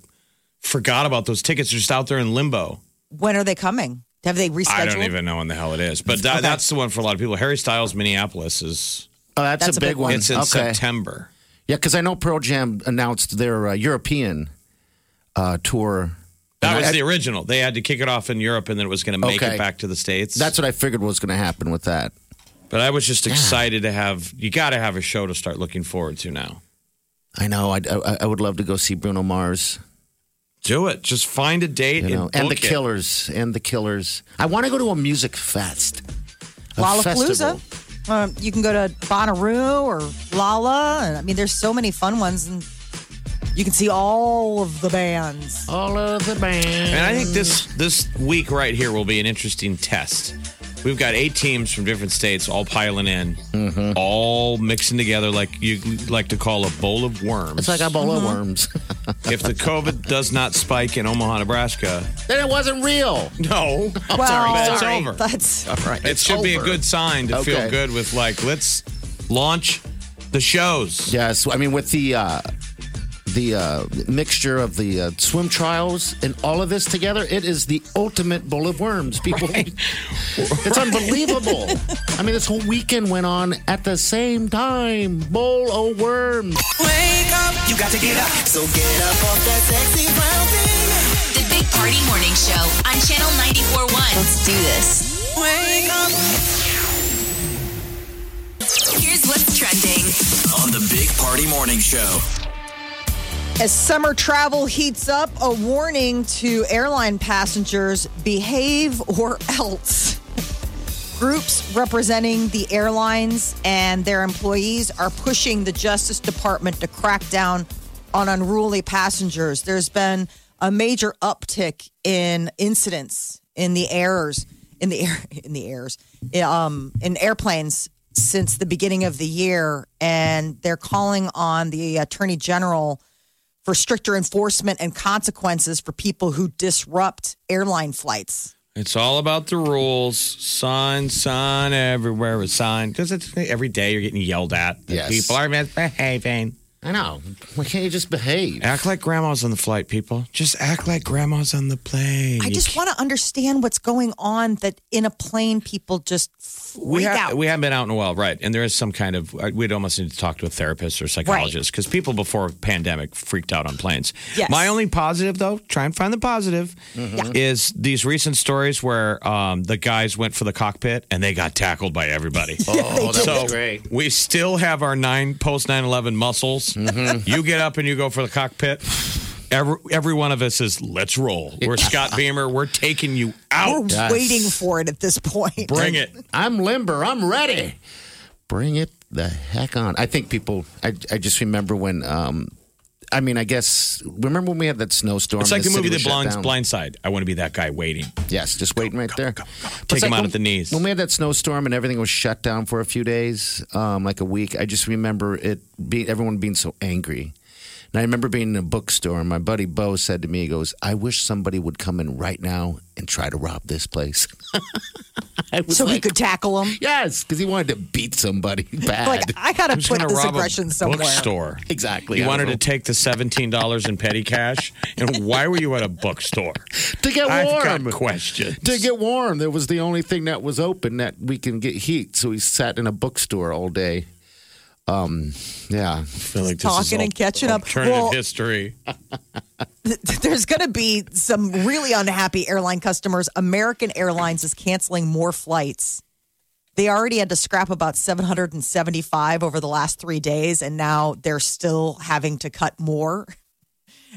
[SPEAKER 6] forgot about those tickets. They're just out there in limbo.
[SPEAKER 4] When are they coming? Have they rescheduled?
[SPEAKER 6] I don't even know when the hell it is, but tha- that's the one for a lot of people. Harry Styles, Minneapolis is
[SPEAKER 5] oh, that's, a big, one.
[SPEAKER 6] it's in
[SPEAKER 5] okay.
[SPEAKER 6] September.
[SPEAKER 5] Yeah, because I know Pearl Jam announced their uh, European uh, tour.
[SPEAKER 6] That
[SPEAKER 5] And
[SPEAKER 6] was
[SPEAKER 5] I-
[SPEAKER 6] the original. They had to kick it off in Europe, and then it was going to make
[SPEAKER 5] Okay.
[SPEAKER 6] it back to the states.
[SPEAKER 5] That's what I figured was going to happen with that.
[SPEAKER 6] But I was just excited to have. You got to have a show to start looking forward to now.
[SPEAKER 5] I know. I'd- I, I would love to go see Bruno Mars.
[SPEAKER 6] Do it. Just find a date
[SPEAKER 5] You know,
[SPEAKER 6] and,
[SPEAKER 5] and the
[SPEAKER 6] book it.
[SPEAKER 5] Killers, and the Killers. I want to go to a music fest. A
[SPEAKER 4] Lollapalooza.
[SPEAKER 5] festival.
[SPEAKER 4] Um, you can go to Bonnaroo or Lala. And, I mean, there's so many fun ones, and you can see all of the bands.
[SPEAKER 5] All of the
[SPEAKER 6] And
[SPEAKER 5] bands.
[SPEAKER 6] I think this this week right here will be an interesting test. We've got eight teams from different states all piling in,
[SPEAKER 5] Mm-hmm.
[SPEAKER 6] all mixing together like you like to call a bowl of worms.
[SPEAKER 5] It's like a bowl of worms.
[SPEAKER 6] if the COVID does not spike in Omaha, Nebraska,
[SPEAKER 5] then it wasn't real.
[SPEAKER 6] no,
[SPEAKER 4] Well,
[SPEAKER 6] it's over.
[SPEAKER 4] that's
[SPEAKER 5] Right.
[SPEAKER 6] it should be a good sign to feel
[SPEAKER 5] Okay.
[SPEAKER 6] good with like let's launch the shows.
[SPEAKER 5] Yes, I mean with the uh, the uh, mixture of the uh, swim trials and all of this together, it is the ultimate bowl of worms, people. It's unbelievable. I mean, this whole weekend went on at the same time. Bowl of worms.
[SPEAKER 2] Wake up. You got to get up. So get up off that sexy brown thing.
[SPEAKER 3] The Big Party Morning Show on Channel 94.1. Let's do this.
[SPEAKER 2] Wake up.
[SPEAKER 3] Here's what's trending.
[SPEAKER 2] On the Big Party Morning Show.
[SPEAKER 4] As summer travel heats up, a warning to airline passengers behave or else. Groups representing the airlines and their employees are pushing the Justice Department to crack down on unruly passengers. There's been a major uptick in incidents in the errors in the air in the airs um, in airplanes since the beginning of the year, and they're calling on the Attorney General for stricter enforcement and consequences for people who disrupt airline flights.
[SPEAKER 6] It's all about the rules. Sign, sign everywhere. A sign because it's every day you're getting yelled at.
[SPEAKER 5] Yes.
[SPEAKER 6] people are misbehaving.
[SPEAKER 5] I know. Why can't you just behave?
[SPEAKER 6] Act like grandma's on the flight, people. Just act like grandma's on the plane.
[SPEAKER 4] I just want to understand what's going on that in a plane people just freak
[SPEAKER 6] we have
[SPEAKER 4] out.
[SPEAKER 6] we haven't been out in a while, right? And there is some kind of uh, we'd almost need to talk to a therapist or psychologist because people before pandemic freaked out on planes.
[SPEAKER 4] Yes. Mm-hmm.
[SPEAKER 6] My only positive though, try and find the positive, is these recent stories where um, the guys went for the cockpit and they got tackled by everybody.
[SPEAKER 5] oh, that
[SPEAKER 6] so
[SPEAKER 5] was great.
[SPEAKER 6] we still have our nine post 9-11 muscles. You get up and you go for the cockpit. Every, every one of us is let's roll. We're Scott Beamer. We're taking you
[SPEAKER 4] We're
[SPEAKER 6] out.
[SPEAKER 5] Yes.
[SPEAKER 4] waiting for it at this point.
[SPEAKER 6] Bring it.
[SPEAKER 5] I'm limber. I'm ready. Bring it the heck on. I think people. I I just remember when. Um, I mean, I guess remember when we had that snowstorm.
[SPEAKER 6] It's like the movie
[SPEAKER 5] city
[SPEAKER 6] The
[SPEAKER 5] was shut
[SPEAKER 6] Blind
[SPEAKER 5] down?
[SPEAKER 6] Blindside. I want to be that guy waiting.
[SPEAKER 5] Yes, just waiting right there. But
[SPEAKER 6] Take
[SPEAKER 5] it's
[SPEAKER 6] him out
[SPEAKER 5] when-
[SPEAKER 6] at the knees.
[SPEAKER 5] When we had that snowstorm and everything was shut down for a few days, um, like a week, I just remember it be everyone being so angry. And I remember being in a bookstore, and my buddy Bo said to me, he goes, I wish somebody would come in right now and try to rob this place. I was
[SPEAKER 4] so he
[SPEAKER 5] like,
[SPEAKER 4] could tackle them.
[SPEAKER 5] Yes, because he wanted to beat somebody bad.
[SPEAKER 4] Like I gotta
[SPEAKER 6] Who's
[SPEAKER 4] put
[SPEAKER 6] going to
[SPEAKER 4] this
[SPEAKER 6] rob a
[SPEAKER 4] aggression somewhere.
[SPEAKER 6] bookstore?
[SPEAKER 5] exactly.
[SPEAKER 6] You
[SPEAKER 5] I
[SPEAKER 6] wanted to
[SPEAKER 5] don't
[SPEAKER 6] take the seventeen dollars in petty cash, and why were you at a bookstore?
[SPEAKER 5] know. to get
[SPEAKER 6] I've
[SPEAKER 5] warm.
[SPEAKER 6] got questions.
[SPEAKER 5] to get warm. That was the only thing that was open that we can get heat. So he sat in a bookstore all day. Um, yeah.
[SPEAKER 6] feel like
[SPEAKER 4] this is Talking all and catching up. alternative Well-
[SPEAKER 6] history.
[SPEAKER 4] There's gonna be some really unhappy airline customers. American Airlines is canceling more flights. They already had to scrap about 775 over the last three days, and now they're still having to cut more.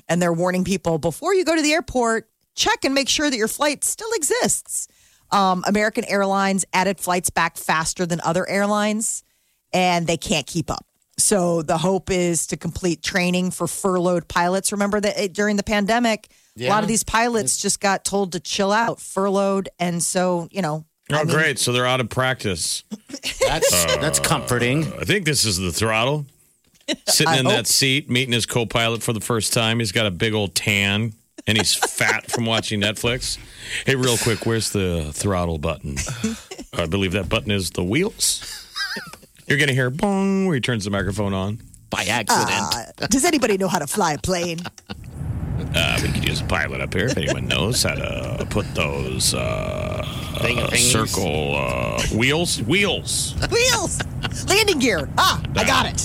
[SPEAKER 4] And they're warning people before you go to the airport, check and make sure that your flight still exists. Um, American Airlines added flights back faster than other airlines, and they can't keep up. So the hope is to complete training for furloughed pilots. Remember that it, during the pandemic, a lot of these pilots just got told to chill out, furloughed, and so you know.
[SPEAKER 6] Oh,
[SPEAKER 4] I mean,
[SPEAKER 6] great! So they're out of practice.
[SPEAKER 5] That's
[SPEAKER 6] Uh,
[SPEAKER 5] that's comforting.
[SPEAKER 6] I think this is the throttle. Sitting in that seat, meeting his co-pilot for the first time. He's got a big old tan, and he's fat from watching Netflix. Hey, real quick, where's the throttle button? I believe that button is the wheels. You're gonna hear bong where he turns the microphone on.
[SPEAKER 5] By accident.
[SPEAKER 4] Uh, Does anybody know how to fly a plane?
[SPEAKER 6] Uh, we could use a pilot up here if anyone knows how to put those uh,
[SPEAKER 5] Thing-
[SPEAKER 6] uh,
[SPEAKER 5] things.
[SPEAKER 6] circle uh, wheels. Wheels.
[SPEAKER 4] Wheels! Landing gear. Ah, I got it.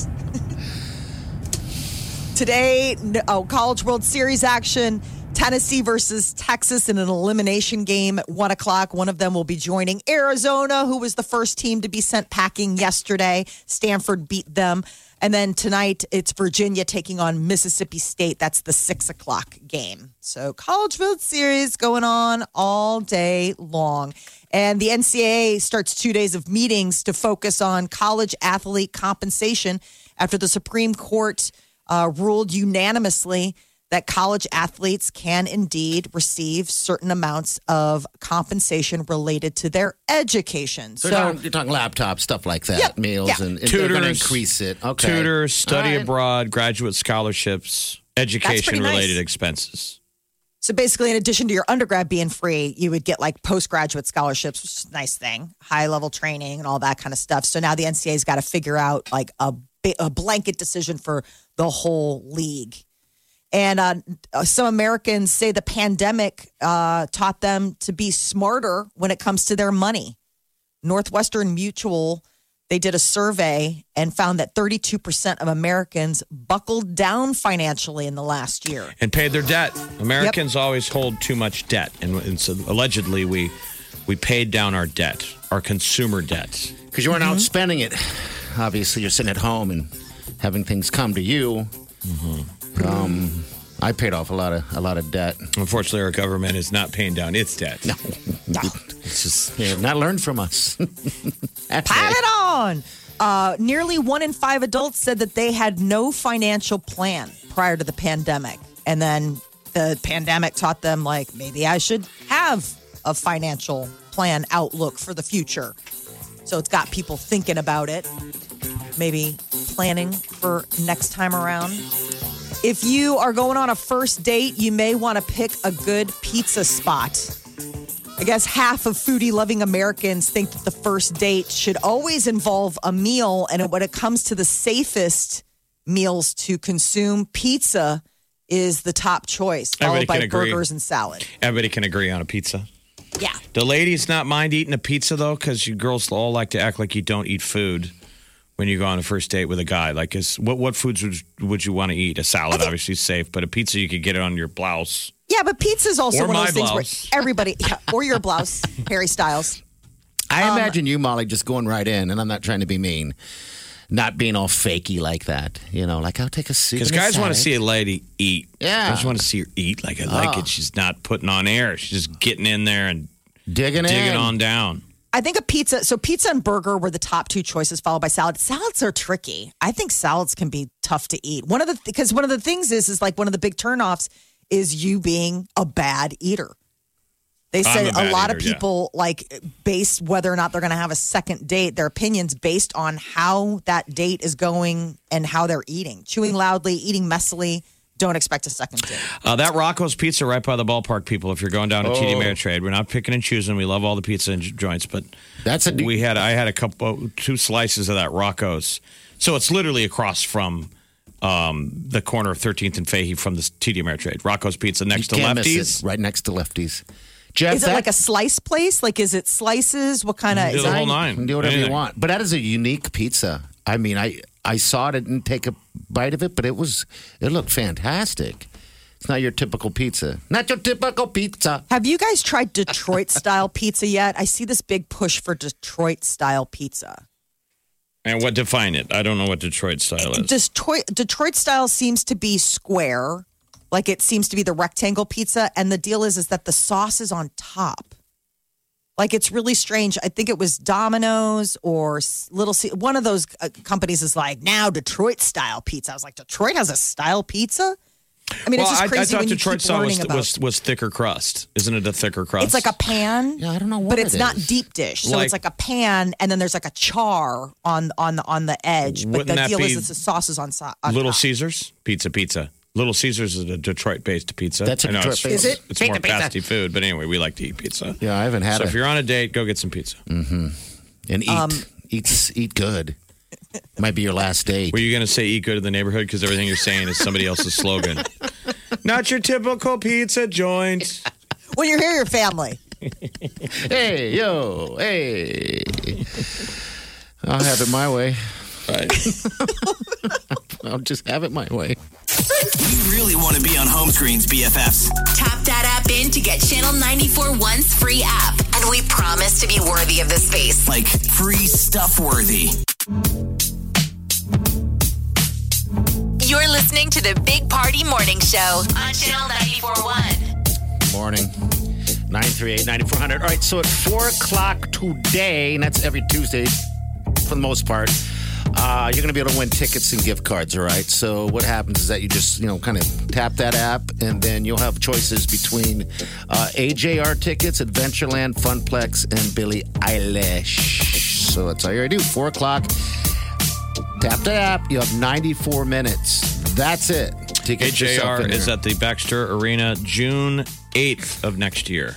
[SPEAKER 4] Today, n- oh, College World Series action. Tennessee versus Texas in an elimination game at one o'clock. One of them will be joining Arizona, who was the first team to be sent packing yesterday. Stanford beat them. And then tonight, it's Virginia taking on Mississippi State. That's the six o'clock game. So, College World Series going on all day long. And the NCAA starts two days of meetings to focus on college athlete compensation after the Supreme Court uh, ruled unanimously that college athletes can indeed receive certain amounts of compensation related to their education.
[SPEAKER 5] So,
[SPEAKER 4] So,
[SPEAKER 5] you're talking laptops, stuff like that,
[SPEAKER 4] Yeah,
[SPEAKER 5] meals,
[SPEAKER 4] yeah.
[SPEAKER 5] and, and they're
[SPEAKER 6] tutors
[SPEAKER 5] going to increase it. Okay.
[SPEAKER 6] tutors study
[SPEAKER 5] All right.
[SPEAKER 6] abroad graduate scholarships education related expenses
[SPEAKER 4] so basically, in addition to your undergrad being free, you would get like postgraduate scholarships, which is a nice thing, high level training and all that kind of stuff. So now the NCAA's got to figure out like a, bi- a blanket decision for the whole league. And uh, uh, some Americans say the pandemic uh, taught them to be smarter when it comes to their money. Northwestern Mutual, they did a survey and found that 32% of Americans buckled down financially in the last year.
[SPEAKER 6] and pay their debt americans always hold too much debt and, and so allegedly we we paid down our debt our consumer debt
[SPEAKER 5] because you weren't out spending it. Obviously, you're sitting at home and having things come to you.
[SPEAKER 6] Mm-hmm.
[SPEAKER 5] Um, I paid off a lot of a lot of debt.
[SPEAKER 6] unfortunately our government is not paying down its debt no it's just
[SPEAKER 5] They have not learned from us. That's
[SPEAKER 4] Pile
[SPEAKER 5] it.
[SPEAKER 4] it on. Uh, nearly one in five adults said that they had no financial plan prior to the pandemic. And then the pandemic taught them, like, maybe I should have a financial plan outlook for the future. So it's got people thinking about it, maybe planning for next time around. If you are going on a first date, you may want to pick a good pizza spot. I guess half of foodie loving Americans think that the first date should always involve a meal. And when it comes to the safest meals to consume, pizza is the top choice, followed
[SPEAKER 6] Everybody
[SPEAKER 4] by
[SPEAKER 6] can agree.
[SPEAKER 4] burgers and salad.
[SPEAKER 6] everybody can agree on a pizza
[SPEAKER 4] Yeah.
[SPEAKER 6] do ladies not mind eating a pizza though because you girls all like to act like you don't eat food when you go on a first date with a guy like is what what foods would, would you want to eat a salad obviously is safe but a pizza you could get it on your blouse
[SPEAKER 4] Yeah, but pizza's also
[SPEAKER 6] Or
[SPEAKER 4] one of
[SPEAKER 6] my
[SPEAKER 4] those things
[SPEAKER 6] blouse.
[SPEAKER 4] where everybody, yeah, or your blouse, Harry Styles.
[SPEAKER 5] I
[SPEAKER 4] Um,
[SPEAKER 5] imagine you, Molly, just going right in, and I'm not trying to be mean, not being all fakey like that. You know, like I'll take a soup.
[SPEAKER 6] Because
[SPEAKER 5] and a
[SPEAKER 6] guys want to
[SPEAKER 5] salad.
[SPEAKER 6] see a lady eat.
[SPEAKER 5] Yeah. Oh.
[SPEAKER 6] I just want to see her eat. Like, I like it. She's not putting on air. She's just getting in there and
[SPEAKER 5] digging,
[SPEAKER 6] digging
[SPEAKER 5] in.
[SPEAKER 6] on down.
[SPEAKER 4] I think a pizza, so pizza and burger were the top two choices, followed by salad. Salads are tricky. I think salads can be tough to eat. One of the because one of the things is is like one of the big turnoffs is you being a bad eater. They
[SPEAKER 6] I'm
[SPEAKER 4] said
[SPEAKER 6] a
[SPEAKER 4] a
[SPEAKER 6] bad
[SPEAKER 4] lot of
[SPEAKER 6] eater, yeah.
[SPEAKER 4] people like based whether or not they're going to have a second date, their opinions based on how that date is going and how they're eating. Chewing loudly, eating messily. Don't expect a second date.
[SPEAKER 6] Uh, that Rocco's Pizza right by the ballpark, people. If you're going down to
[SPEAKER 5] Oh.
[SPEAKER 6] TD Ameritrade, we're not picking and choosing. We love all the pizza and joints, but
[SPEAKER 5] That's a new-
[SPEAKER 6] we had. I had a couple, two slices of that Rocco's. So it's literally across from um, the corner of 13th and Fahey from the TD Ameritrade. Rocco's Pizza next to
[SPEAKER 5] Can't miss it.
[SPEAKER 6] Lefties.
[SPEAKER 5] right next to lefties. Jeff,
[SPEAKER 4] Is it
[SPEAKER 5] that-
[SPEAKER 4] like a slice place? Like, is it slices? What kind of?
[SPEAKER 6] Do
[SPEAKER 4] Is
[SPEAKER 6] the
[SPEAKER 4] it,
[SPEAKER 6] whole
[SPEAKER 5] You
[SPEAKER 6] nine.
[SPEAKER 5] can do whatever
[SPEAKER 6] Anything.
[SPEAKER 5] you want. But that is a unique pizza. I mean, I I saw it. I didn't take a bite of it, but it was it looked fantastic. It's not your typical pizza. Not your typical pizza.
[SPEAKER 4] have you guys tried Detroit style pizza yet? I see this big push for Detroit style pizza.
[SPEAKER 6] And what define it? I don't know what Detroit style is.
[SPEAKER 4] Detroit Detroit style seems to be square, like it seems to be the rectangle pizza, and the deal is is that the sauce is on top. Like it's really strange. I think it was Domino's or S- Little C. One of those uh, companies is like now Detroit style pizza. I was like, Detroit has a style pizza. I mean,
[SPEAKER 6] well,
[SPEAKER 4] it's just
[SPEAKER 6] I, I
[SPEAKER 4] crazy
[SPEAKER 6] thought
[SPEAKER 4] when you
[SPEAKER 6] Detroit
[SPEAKER 4] keep
[SPEAKER 6] style
[SPEAKER 4] learning
[SPEAKER 6] was,
[SPEAKER 4] about.
[SPEAKER 6] was was thicker crust. Isn't it a thicker crust?
[SPEAKER 4] it's like a pan.
[SPEAKER 5] Yeah, I don't know what
[SPEAKER 4] but it's
[SPEAKER 5] it
[SPEAKER 4] not
[SPEAKER 5] is.
[SPEAKER 4] deep dish. So it's
[SPEAKER 6] Like-
[SPEAKER 4] like a pan, and then there's like a char on on the on the edge. But the
[SPEAKER 6] Wouldn't that
[SPEAKER 4] deal
[SPEAKER 6] be
[SPEAKER 4] is, it's the sauce is on, so- on
[SPEAKER 6] Little
[SPEAKER 4] top.
[SPEAKER 6] Caesars pizza pizza. Little Caesars is a Detroit-based pizza.
[SPEAKER 5] That's a
[SPEAKER 6] I know
[SPEAKER 5] Detroit
[SPEAKER 6] it's,
[SPEAKER 5] based. Is it?
[SPEAKER 6] It's
[SPEAKER 5] Take
[SPEAKER 6] more
[SPEAKER 5] the pizza.
[SPEAKER 6] pasty food, but anyway, we like to eat pizza.
[SPEAKER 5] Yeah, I haven't had
[SPEAKER 6] So
[SPEAKER 5] it. Mm.
[SPEAKER 6] if you're on a date, go get some pizza.
[SPEAKER 5] and eat
[SPEAKER 4] Um,
[SPEAKER 5] eat eat good. Might be your last day.
[SPEAKER 6] Were you going to say "Eat good in the neighborhood"? Because everything you're saying is somebody else's slogan. Not your typical pizza joint.
[SPEAKER 4] When you're here, your family.
[SPEAKER 5] Hey yo, hey. I'll have it my way.
[SPEAKER 6] Right.
[SPEAKER 5] I'll just have it my way.
[SPEAKER 2] You really want to be on home screens, BFFs.
[SPEAKER 3] Tap that app in to get Channel 94.1's free app. And we promise to be worthy of the space.
[SPEAKER 2] Like free stuff worthy.
[SPEAKER 3] You're listening to the Big Party Morning Show on Channel 94.1.
[SPEAKER 5] Morning. 938 9400. All right, so at 4 o'clock today, and that's every Tuesday for the most part, uh, you're going to be able to win tickets and gift cards, all right? So what happens is that you just, you know, kind of tap that app, and then you'll have choices between uh, AJR tickets, Adventureland, Funplex, and Billie Eilish. So that's all you got to do. 4 o'clock, tap that app. You have 94 minutes. That's it. To get yourself in
[SPEAKER 6] AJR is
[SPEAKER 5] there.
[SPEAKER 6] at the Baxter Arena June 8th of next year.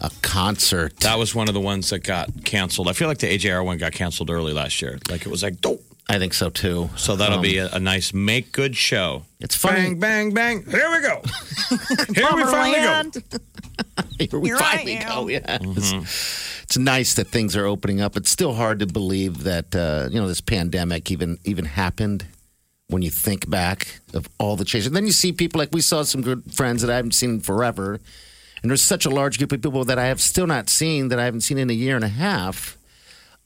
[SPEAKER 5] a concert.
[SPEAKER 6] That was one of the ones that got canceled. I feel like the AJR one got canceled early last year. Like it was like, dope.
[SPEAKER 5] I think so too.
[SPEAKER 6] So that'll
[SPEAKER 5] Um,
[SPEAKER 6] be a, a nice make good show.
[SPEAKER 5] It's funny.
[SPEAKER 6] bang, bang. Here we go. Here we finally go.
[SPEAKER 5] Here we
[SPEAKER 4] Here I
[SPEAKER 5] finally
[SPEAKER 4] am.
[SPEAKER 5] go. Yeah.
[SPEAKER 6] Mm-hmm.
[SPEAKER 5] It's, it's nice that things are opening up. It's still hard to believe that uh, you know this pandemic even even happened. When you think back of all the changes, and then you see people like we saw some good friends that I haven't seen in forever, and there's such a large group of people that I have still not seen that I haven't seen in a year and a half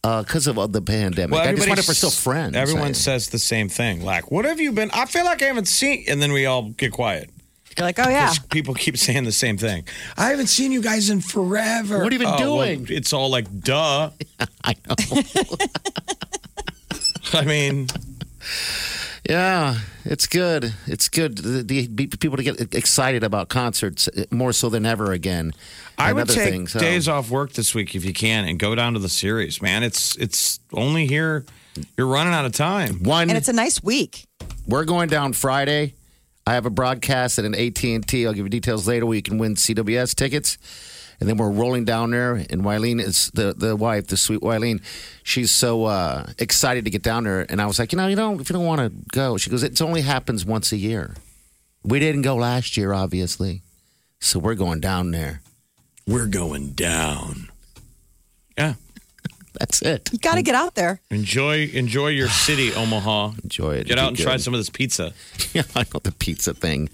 [SPEAKER 5] because of all the pandemic. I just wonder if we're still friends.
[SPEAKER 6] Everyone
[SPEAKER 5] I-
[SPEAKER 6] says the same thing. Like, what have you been? I feel like I haven't seen. And then we all get quiet.
[SPEAKER 4] You're like, oh yeah.
[SPEAKER 6] People keep saying the same thing. I haven't seen you guys in forever.
[SPEAKER 5] What have you been
[SPEAKER 6] well,
[SPEAKER 5] doing?
[SPEAKER 6] it's all like, duh.
[SPEAKER 5] I know.
[SPEAKER 6] I mean,
[SPEAKER 5] Yeah, it's good. It's good. The, the be- people to get excited about concerts uh, more so than ever again.
[SPEAKER 6] I would
[SPEAKER 5] Another
[SPEAKER 6] take
[SPEAKER 5] thing, so-
[SPEAKER 6] days off work this week if you can, and go down to the series, man. It's it's only here. You're running out of time.
[SPEAKER 5] One,
[SPEAKER 4] And it's a nice week.
[SPEAKER 5] we're going down Friday. I have a broadcast at an AT and T. I'll give you details later. Where you can win CWS tickets, and then we're rolling down there. And Wileen is the the wife, the sweet Wileen. She's so uh, excited to get down there, and I was like, you know, you don't if you don't want to go. She goes, it only happens once a year. We didn't go last year, obviously, so we're going down there.
[SPEAKER 6] We're going down. Yeah.
[SPEAKER 5] That's it.
[SPEAKER 4] You got to get out there.
[SPEAKER 6] Enjoy enjoy your city, Omaha.
[SPEAKER 5] Enjoy it.
[SPEAKER 6] Get out and
[SPEAKER 5] Be
[SPEAKER 6] try
[SPEAKER 5] good.
[SPEAKER 6] some of this pizza.
[SPEAKER 5] Yeah, I know the pizza thing.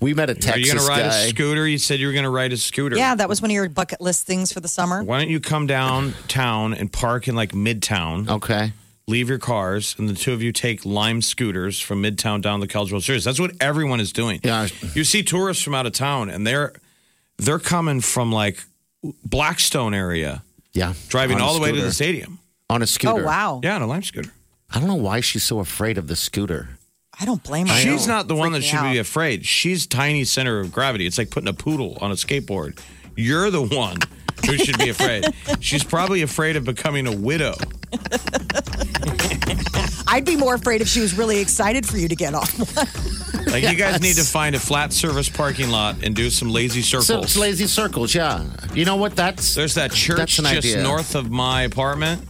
[SPEAKER 5] We met a Texas
[SPEAKER 6] Are you going to ride
[SPEAKER 5] guy.
[SPEAKER 6] a scooter? You said you were going to ride a scooter.
[SPEAKER 4] Yeah, that was one of your bucket list things for the summer.
[SPEAKER 6] Why don't you come downtown and park in like Midtown?
[SPEAKER 5] okay,
[SPEAKER 6] Leave your cars, and the two of you take Lime scooters from Midtown down the College World Series. That's what everyone is doing.
[SPEAKER 5] Yeah.
[SPEAKER 6] You see tourists from out of town, and they're they're coming from like Blackstone area,
[SPEAKER 5] yeah,
[SPEAKER 6] driving
[SPEAKER 5] On a
[SPEAKER 6] all the way to
[SPEAKER 5] scooter.
[SPEAKER 6] the stadium.
[SPEAKER 5] on a
[SPEAKER 4] Oh
[SPEAKER 5] scooter.
[SPEAKER 4] wow.
[SPEAKER 6] Yeah, on a Lime scooter.
[SPEAKER 5] I don't know why she's so afraid of the scooter.
[SPEAKER 4] I don't blame her.
[SPEAKER 6] She's not the one that
[SPEAKER 4] Freaked
[SPEAKER 6] should
[SPEAKER 4] me
[SPEAKER 6] be
[SPEAKER 4] out.
[SPEAKER 6] afraid. She's tiny center of gravity. It's like putting a poodle on a skateboard. You're the one who should be afraid. She's probably afraid of becoming a widow.
[SPEAKER 4] I'd be more afraid if she was really excited for you to get off.
[SPEAKER 6] Like you guys need to find a flat service parking lot and do some lazy circles.
[SPEAKER 5] So it's lazy circles, yeah. You know what? That's
[SPEAKER 6] There's that church
[SPEAKER 5] That's an
[SPEAKER 6] just
[SPEAKER 5] idea.
[SPEAKER 6] north of my apartment.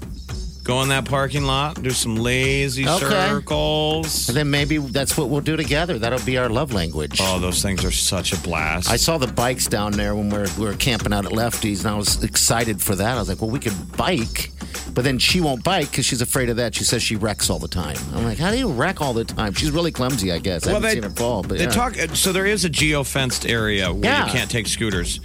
[SPEAKER 6] Go in that parking lot, do some lazy
[SPEAKER 5] Okay.
[SPEAKER 6] circles.
[SPEAKER 5] then maybe that's what we'll do together. That'll be our love language.
[SPEAKER 6] Oh, those things are such a blast.
[SPEAKER 5] I saw the bikes down there when we were, we were camping out at Lefty's, and I was excited for that. I was like, well, we could bike, but then she won't bike because she's afraid of that. She says she wrecks all the time. I'm like, how do you wreck all the time? She's really clumsy, I guess. I haven't seen her fall, but
[SPEAKER 6] they
[SPEAKER 5] yeah.
[SPEAKER 6] talk. uh, So there is a geo-fenced area where
[SPEAKER 5] Yeah.
[SPEAKER 6] you can't take scooters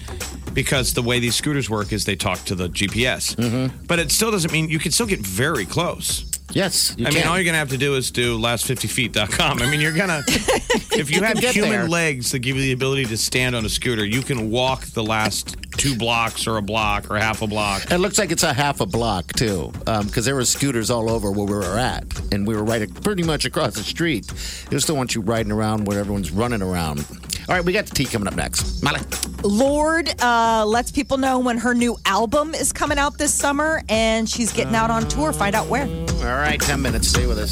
[SPEAKER 6] because the way these scooters work is they talk to the GPS.
[SPEAKER 5] Mm-hmm.
[SPEAKER 6] But it still doesn't mean you can still get very close.
[SPEAKER 5] Yes, you
[SPEAKER 6] I mean,
[SPEAKER 5] can.
[SPEAKER 6] all you're gonna have to do is do last50feet.com. I mean, you're gonna if you, have
[SPEAKER 5] get
[SPEAKER 6] human
[SPEAKER 5] there.
[SPEAKER 6] legs that give you the ability to stand on a scooter, you can walk the last two blocks or a block or half a block.
[SPEAKER 5] It looks like it's a half a block too, because there were scooters all over where we were at, and we were right pretty much across the street. They still want you riding around where everyone's running around. All right, we got the tea coming up next. Molly.
[SPEAKER 4] Lord uh, lets people know when her new album is coming out this summer, and she's getting out on tour. Find out where.
[SPEAKER 5] All right, ten minutes. Stay with us.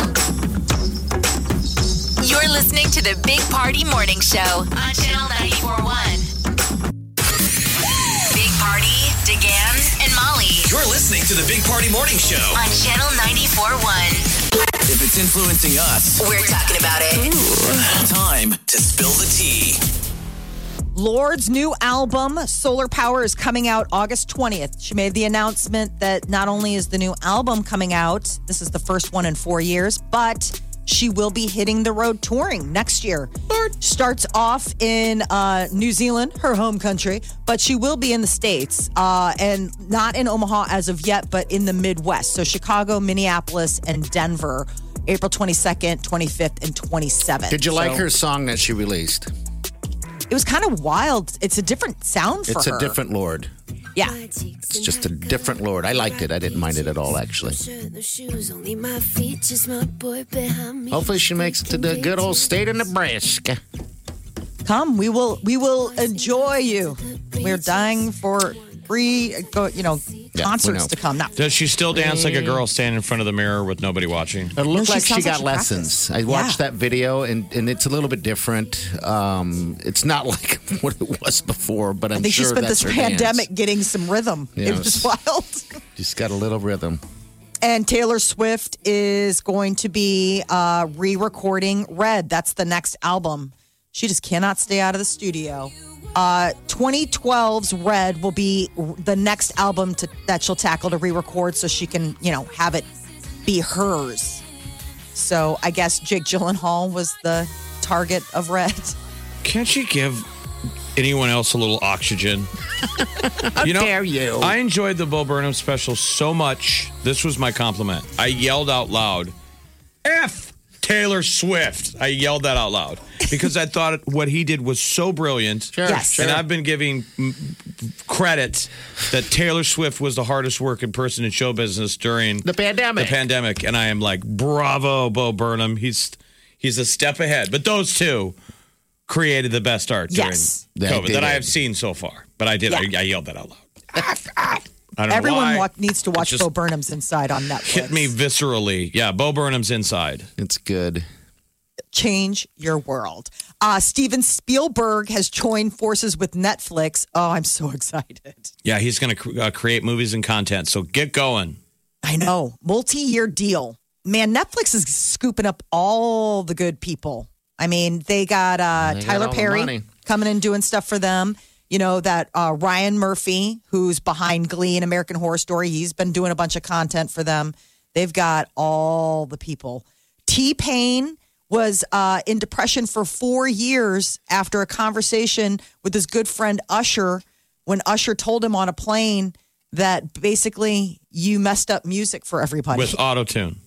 [SPEAKER 3] You're listening to the Big Party Morning Show on Channel 941. Big Party, DeGan, and Molly
[SPEAKER 2] You're listening to the Big Party Morning Show.
[SPEAKER 3] on Channel 941.
[SPEAKER 2] If it's influencing us,
[SPEAKER 3] We're talking about it.
[SPEAKER 2] time to spill the tea.
[SPEAKER 4] Lord's new album, Solar Power, is coming out August 20th. She made the announcement that not only is the new album coming out, this is the first one in four years, but she will be hitting the road touring next year. Starts off in uh, New Zealand, her home country, but she will be in the States uh, and not in Omaha as of yet, but in the Midwest. So Chicago, Minneapolis, and Denver, April 22nd, 25th, and 27th.
[SPEAKER 5] Did you like her song that she released?
[SPEAKER 4] It was kind of wild. It's a different sound for
[SPEAKER 5] It's
[SPEAKER 4] her.
[SPEAKER 5] a different Lord.
[SPEAKER 4] Yeah.
[SPEAKER 5] It's just a different Lord. I liked it. I didn't mind it at all, actually. Hopefully, she makes it to the good old state of Nebraska.
[SPEAKER 4] Come, we will we will enjoy you. We're dying for free, go, you know,
[SPEAKER 5] Yeah, we
[SPEAKER 4] concerts
[SPEAKER 5] know.
[SPEAKER 4] to come. Not
[SPEAKER 6] Does she still dance like a girl standing in front of the mirror with nobody watching?
[SPEAKER 5] It looked
[SPEAKER 4] she
[SPEAKER 5] like she
[SPEAKER 4] sounds
[SPEAKER 5] got
[SPEAKER 4] like she
[SPEAKER 5] lessons.
[SPEAKER 4] practiced.
[SPEAKER 5] I watched
[SPEAKER 4] Yeah.
[SPEAKER 5] that video, and, and it's a little bit different. Um, it's not like what it was before, but I'm
[SPEAKER 4] I think
[SPEAKER 5] sure
[SPEAKER 4] she spent
[SPEAKER 5] that's
[SPEAKER 4] this
[SPEAKER 5] her dance.
[SPEAKER 4] pandemic getting some rhythm.
[SPEAKER 5] Yeah,
[SPEAKER 4] it
[SPEAKER 5] it was-
[SPEAKER 4] was wild.
[SPEAKER 5] Just got a little rhythm.
[SPEAKER 4] And Taylor Swift is going to be uh, re-recording Red. That's the next album. She just cannot stay out of the studio. Uh, 2012's Red will be the next album to, that she'll tackle to re-record, so she can, you know, have it be hers. So I guess Jake Gyllenhaal was the target of Red.
[SPEAKER 6] Can't she give anyone else a little oxygen? you know,
[SPEAKER 5] dare you.
[SPEAKER 6] I enjoyed the Bo Burnham special so much. This was my compliment. I yelled out loud, F Taylor Swift. I yelled that out loud because I thought what he did was so brilliant.
[SPEAKER 5] Sure,
[SPEAKER 4] Yes.
[SPEAKER 5] sure.
[SPEAKER 6] And I've been giving mm, credit that Taylor Swift was the hardest working person in show business during
[SPEAKER 5] The pandemic.
[SPEAKER 6] The pandemic, and I am like, bravo, Bo Burnham. He's he's a step ahead. But those two created the best art during
[SPEAKER 4] Yes.
[SPEAKER 5] They
[SPEAKER 6] COVID that I
[SPEAKER 5] did.
[SPEAKER 6] have seen so far. But I did. I, I yelled that out loud. I don't know
[SPEAKER 4] Everyone
[SPEAKER 6] why.
[SPEAKER 4] wa- needs to watch
[SPEAKER 6] It just
[SPEAKER 4] Bo Burnham's Inside on Netflix.
[SPEAKER 6] Hit me viscerally. Yeah, Bo Burnham's inside.
[SPEAKER 5] It's good.
[SPEAKER 4] change your world. Uh, Steven Spielberg has joined forces with Netflix. Oh, I'm so excited.
[SPEAKER 6] Yeah, he's going to cr- uh, create movies and content. So get going.
[SPEAKER 4] I know. Multi year deal. Man, Netflix is scooping up all the good people. I mean, they got uh,
[SPEAKER 5] They got
[SPEAKER 4] Tyler
[SPEAKER 5] all the money.
[SPEAKER 4] Perry coming and doing stuff for them. You know, that uh, Ryan Murphy, who's behind Glee and American Horror Story, he's been doing a bunch of content for them. They've got all the people. T Pain was uh, in depression for four years after a conversation with his good friend Usher when Usher told him on a plane that basically you messed up music for everybody.
[SPEAKER 6] with auto tune.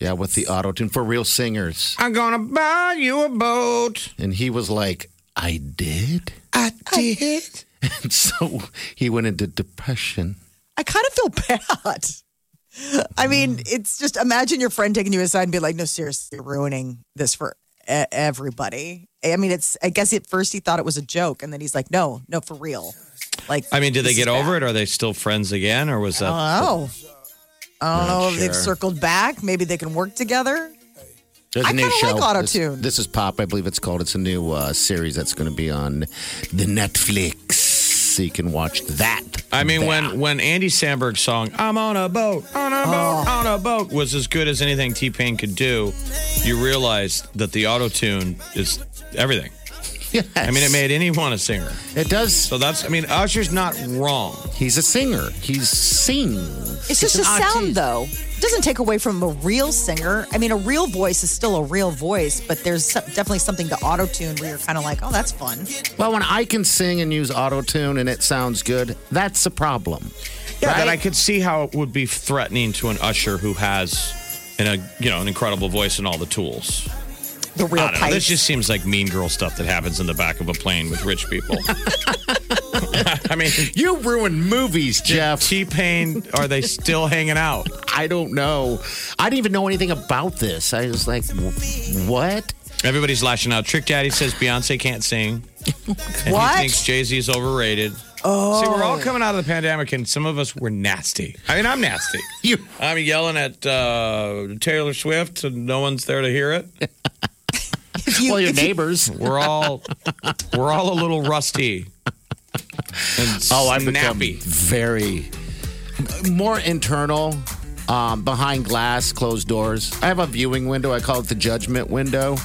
[SPEAKER 5] Yeah, with the auto tune for real singers.
[SPEAKER 6] I'm gonna buy you a boat.
[SPEAKER 5] And he was like, I did? I did. And so he went into depression.
[SPEAKER 4] I kind of feel bad. I
[SPEAKER 6] Mm.
[SPEAKER 4] mean, it's just imagine your friend taking you aside and be like, "No, seriously, you're ruining this for e- everybody." I mean, it's. I guess at first he thought it was a joke, and then he's like, "No, no, for real." Like,
[SPEAKER 6] I mean, did they
[SPEAKER 4] this
[SPEAKER 6] get
[SPEAKER 4] is
[SPEAKER 6] over
[SPEAKER 4] bad.
[SPEAKER 6] it? Are they still friends again, or was that?
[SPEAKER 4] Oh, I don't
[SPEAKER 6] Not
[SPEAKER 4] know if they've
[SPEAKER 6] sure.
[SPEAKER 4] circled back. Maybe they can work together.
[SPEAKER 5] There's a
[SPEAKER 4] I
[SPEAKER 5] new
[SPEAKER 4] kinda
[SPEAKER 5] show.
[SPEAKER 4] like auto-tune.
[SPEAKER 5] This, this is Pop, I believe it's called. It's a new uh, series that's going to be on the Netflix. So you can watch that.
[SPEAKER 6] I mean,
[SPEAKER 5] there.
[SPEAKER 6] when when Andy Samberg's song "I'm on a boat, on a boat, on a boat" was as good as anything T Pain could do, you realized that the auto tune is everything.
[SPEAKER 5] Yes.
[SPEAKER 6] I mean, it made anyone a singer.
[SPEAKER 5] it does.
[SPEAKER 6] So that's, I mean, Usher's not wrong.
[SPEAKER 5] He's a singer. He sings.
[SPEAKER 4] It's just a
[SPEAKER 5] He's an
[SPEAKER 4] sound,
[SPEAKER 5] artiste.
[SPEAKER 4] though. It doesn't take away from a real singer. I mean, a real voice is still a real voice, but there's some, definitely something to auto tune where you're kind of like, oh, that's fun.
[SPEAKER 5] Well, when I can sing and use auto tune and it sounds good, that's a problem.
[SPEAKER 6] Yeah, that
[SPEAKER 5] Right?
[SPEAKER 6] I could see how it would be threatening to an Usher who has an, a, you know, an incredible voice and all the tools.
[SPEAKER 4] The real
[SPEAKER 6] I don't know.
[SPEAKER 4] pipes.
[SPEAKER 6] This just seems like mean girl stuff that happens in the back of a plane with rich people. I mean,
[SPEAKER 5] You ruin movies, Jeff.
[SPEAKER 6] T Pain, are they still hanging out?
[SPEAKER 5] I don't know. I didn't even know anything about this. I was like, "Wh- what?
[SPEAKER 6] Everybody's lashing out. Trick Daddy says Beyonce can't sing. And
[SPEAKER 4] What?
[SPEAKER 6] he thinks Jay Z is overrated. Oh. See, we're all coming out of the pandemic, and some of us were nasty. I mean, I'm nasty.
[SPEAKER 5] You-
[SPEAKER 6] I'm yelling at uh, Taylor Swift, and no one's there to hear it.
[SPEAKER 4] If you-
[SPEAKER 5] well, your
[SPEAKER 4] if you-
[SPEAKER 5] neighbors.
[SPEAKER 6] We're all we're all a little rusty. And
[SPEAKER 5] Oh, I've
[SPEAKER 6] snappy.
[SPEAKER 5] become very more internal, um, behind glass, closed doors. I have a viewing window. I call it the judgment window,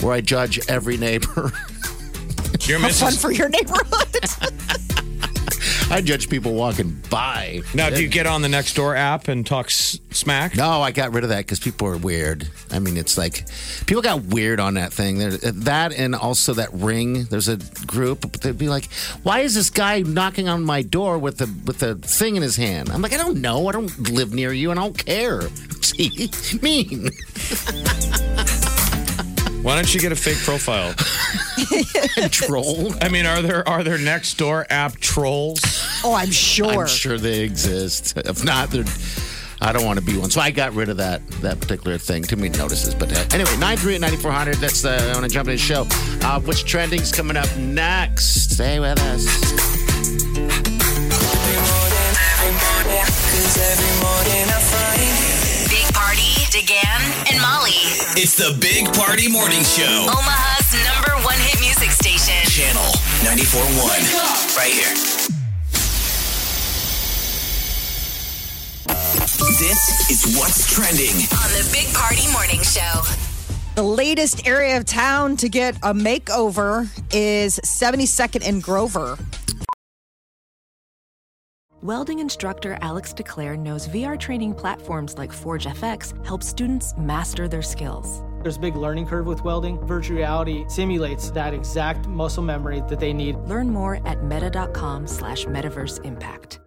[SPEAKER 5] where I judge every neighbor.
[SPEAKER 6] You're
[SPEAKER 4] fun
[SPEAKER 6] Mrs.
[SPEAKER 4] for your neighborhood.
[SPEAKER 5] I judge people walking by.
[SPEAKER 6] Now, do you get on the next door app and talk s- smack?
[SPEAKER 5] No, I got rid of that because people are weird. I mean, it's like people got weird on that thing. There, that and also that ring. There's a group. They'd be like, "Why is this guy knocking on my door with a with a thing in his hand?" I'm like, "I don't know. I don't live near you, and I don't care." Gee, mean.
[SPEAKER 6] Why don't you get a fake profile?
[SPEAKER 5] troll.
[SPEAKER 6] I mean, are there are there next door app trolls?
[SPEAKER 4] oh, I'm sure.
[SPEAKER 5] I'm sure they exist. If not, they're. I don't want to be one, so I got rid of that that particular thing. Too many notices, but uh, anyway, nine three at ninety four hundred. That's uh, I want to jump into the show. Uh, what's trending's coming up next? Stay with us.
[SPEAKER 3] Big Party, DeGan, and Molly.
[SPEAKER 2] It's the Big Party Morning Show.
[SPEAKER 3] Omaha's number one hit music station.
[SPEAKER 2] Channel 94.1. Right here. This is what's trending.
[SPEAKER 3] On the Big Party Morning Show.
[SPEAKER 4] The latest area of town to get a makeover is 72nd and Grover.
[SPEAKER 8] Welding instructor Alex DeClaire knows VR training platforms like Forge FX help students master their skills.
[SPEAKER 9] There's a big learning curve with welding. Virtual reality simulates that exact muscle memory that they need.
[SPEAKER 8] Learn more at meta.com slash metaverse impact.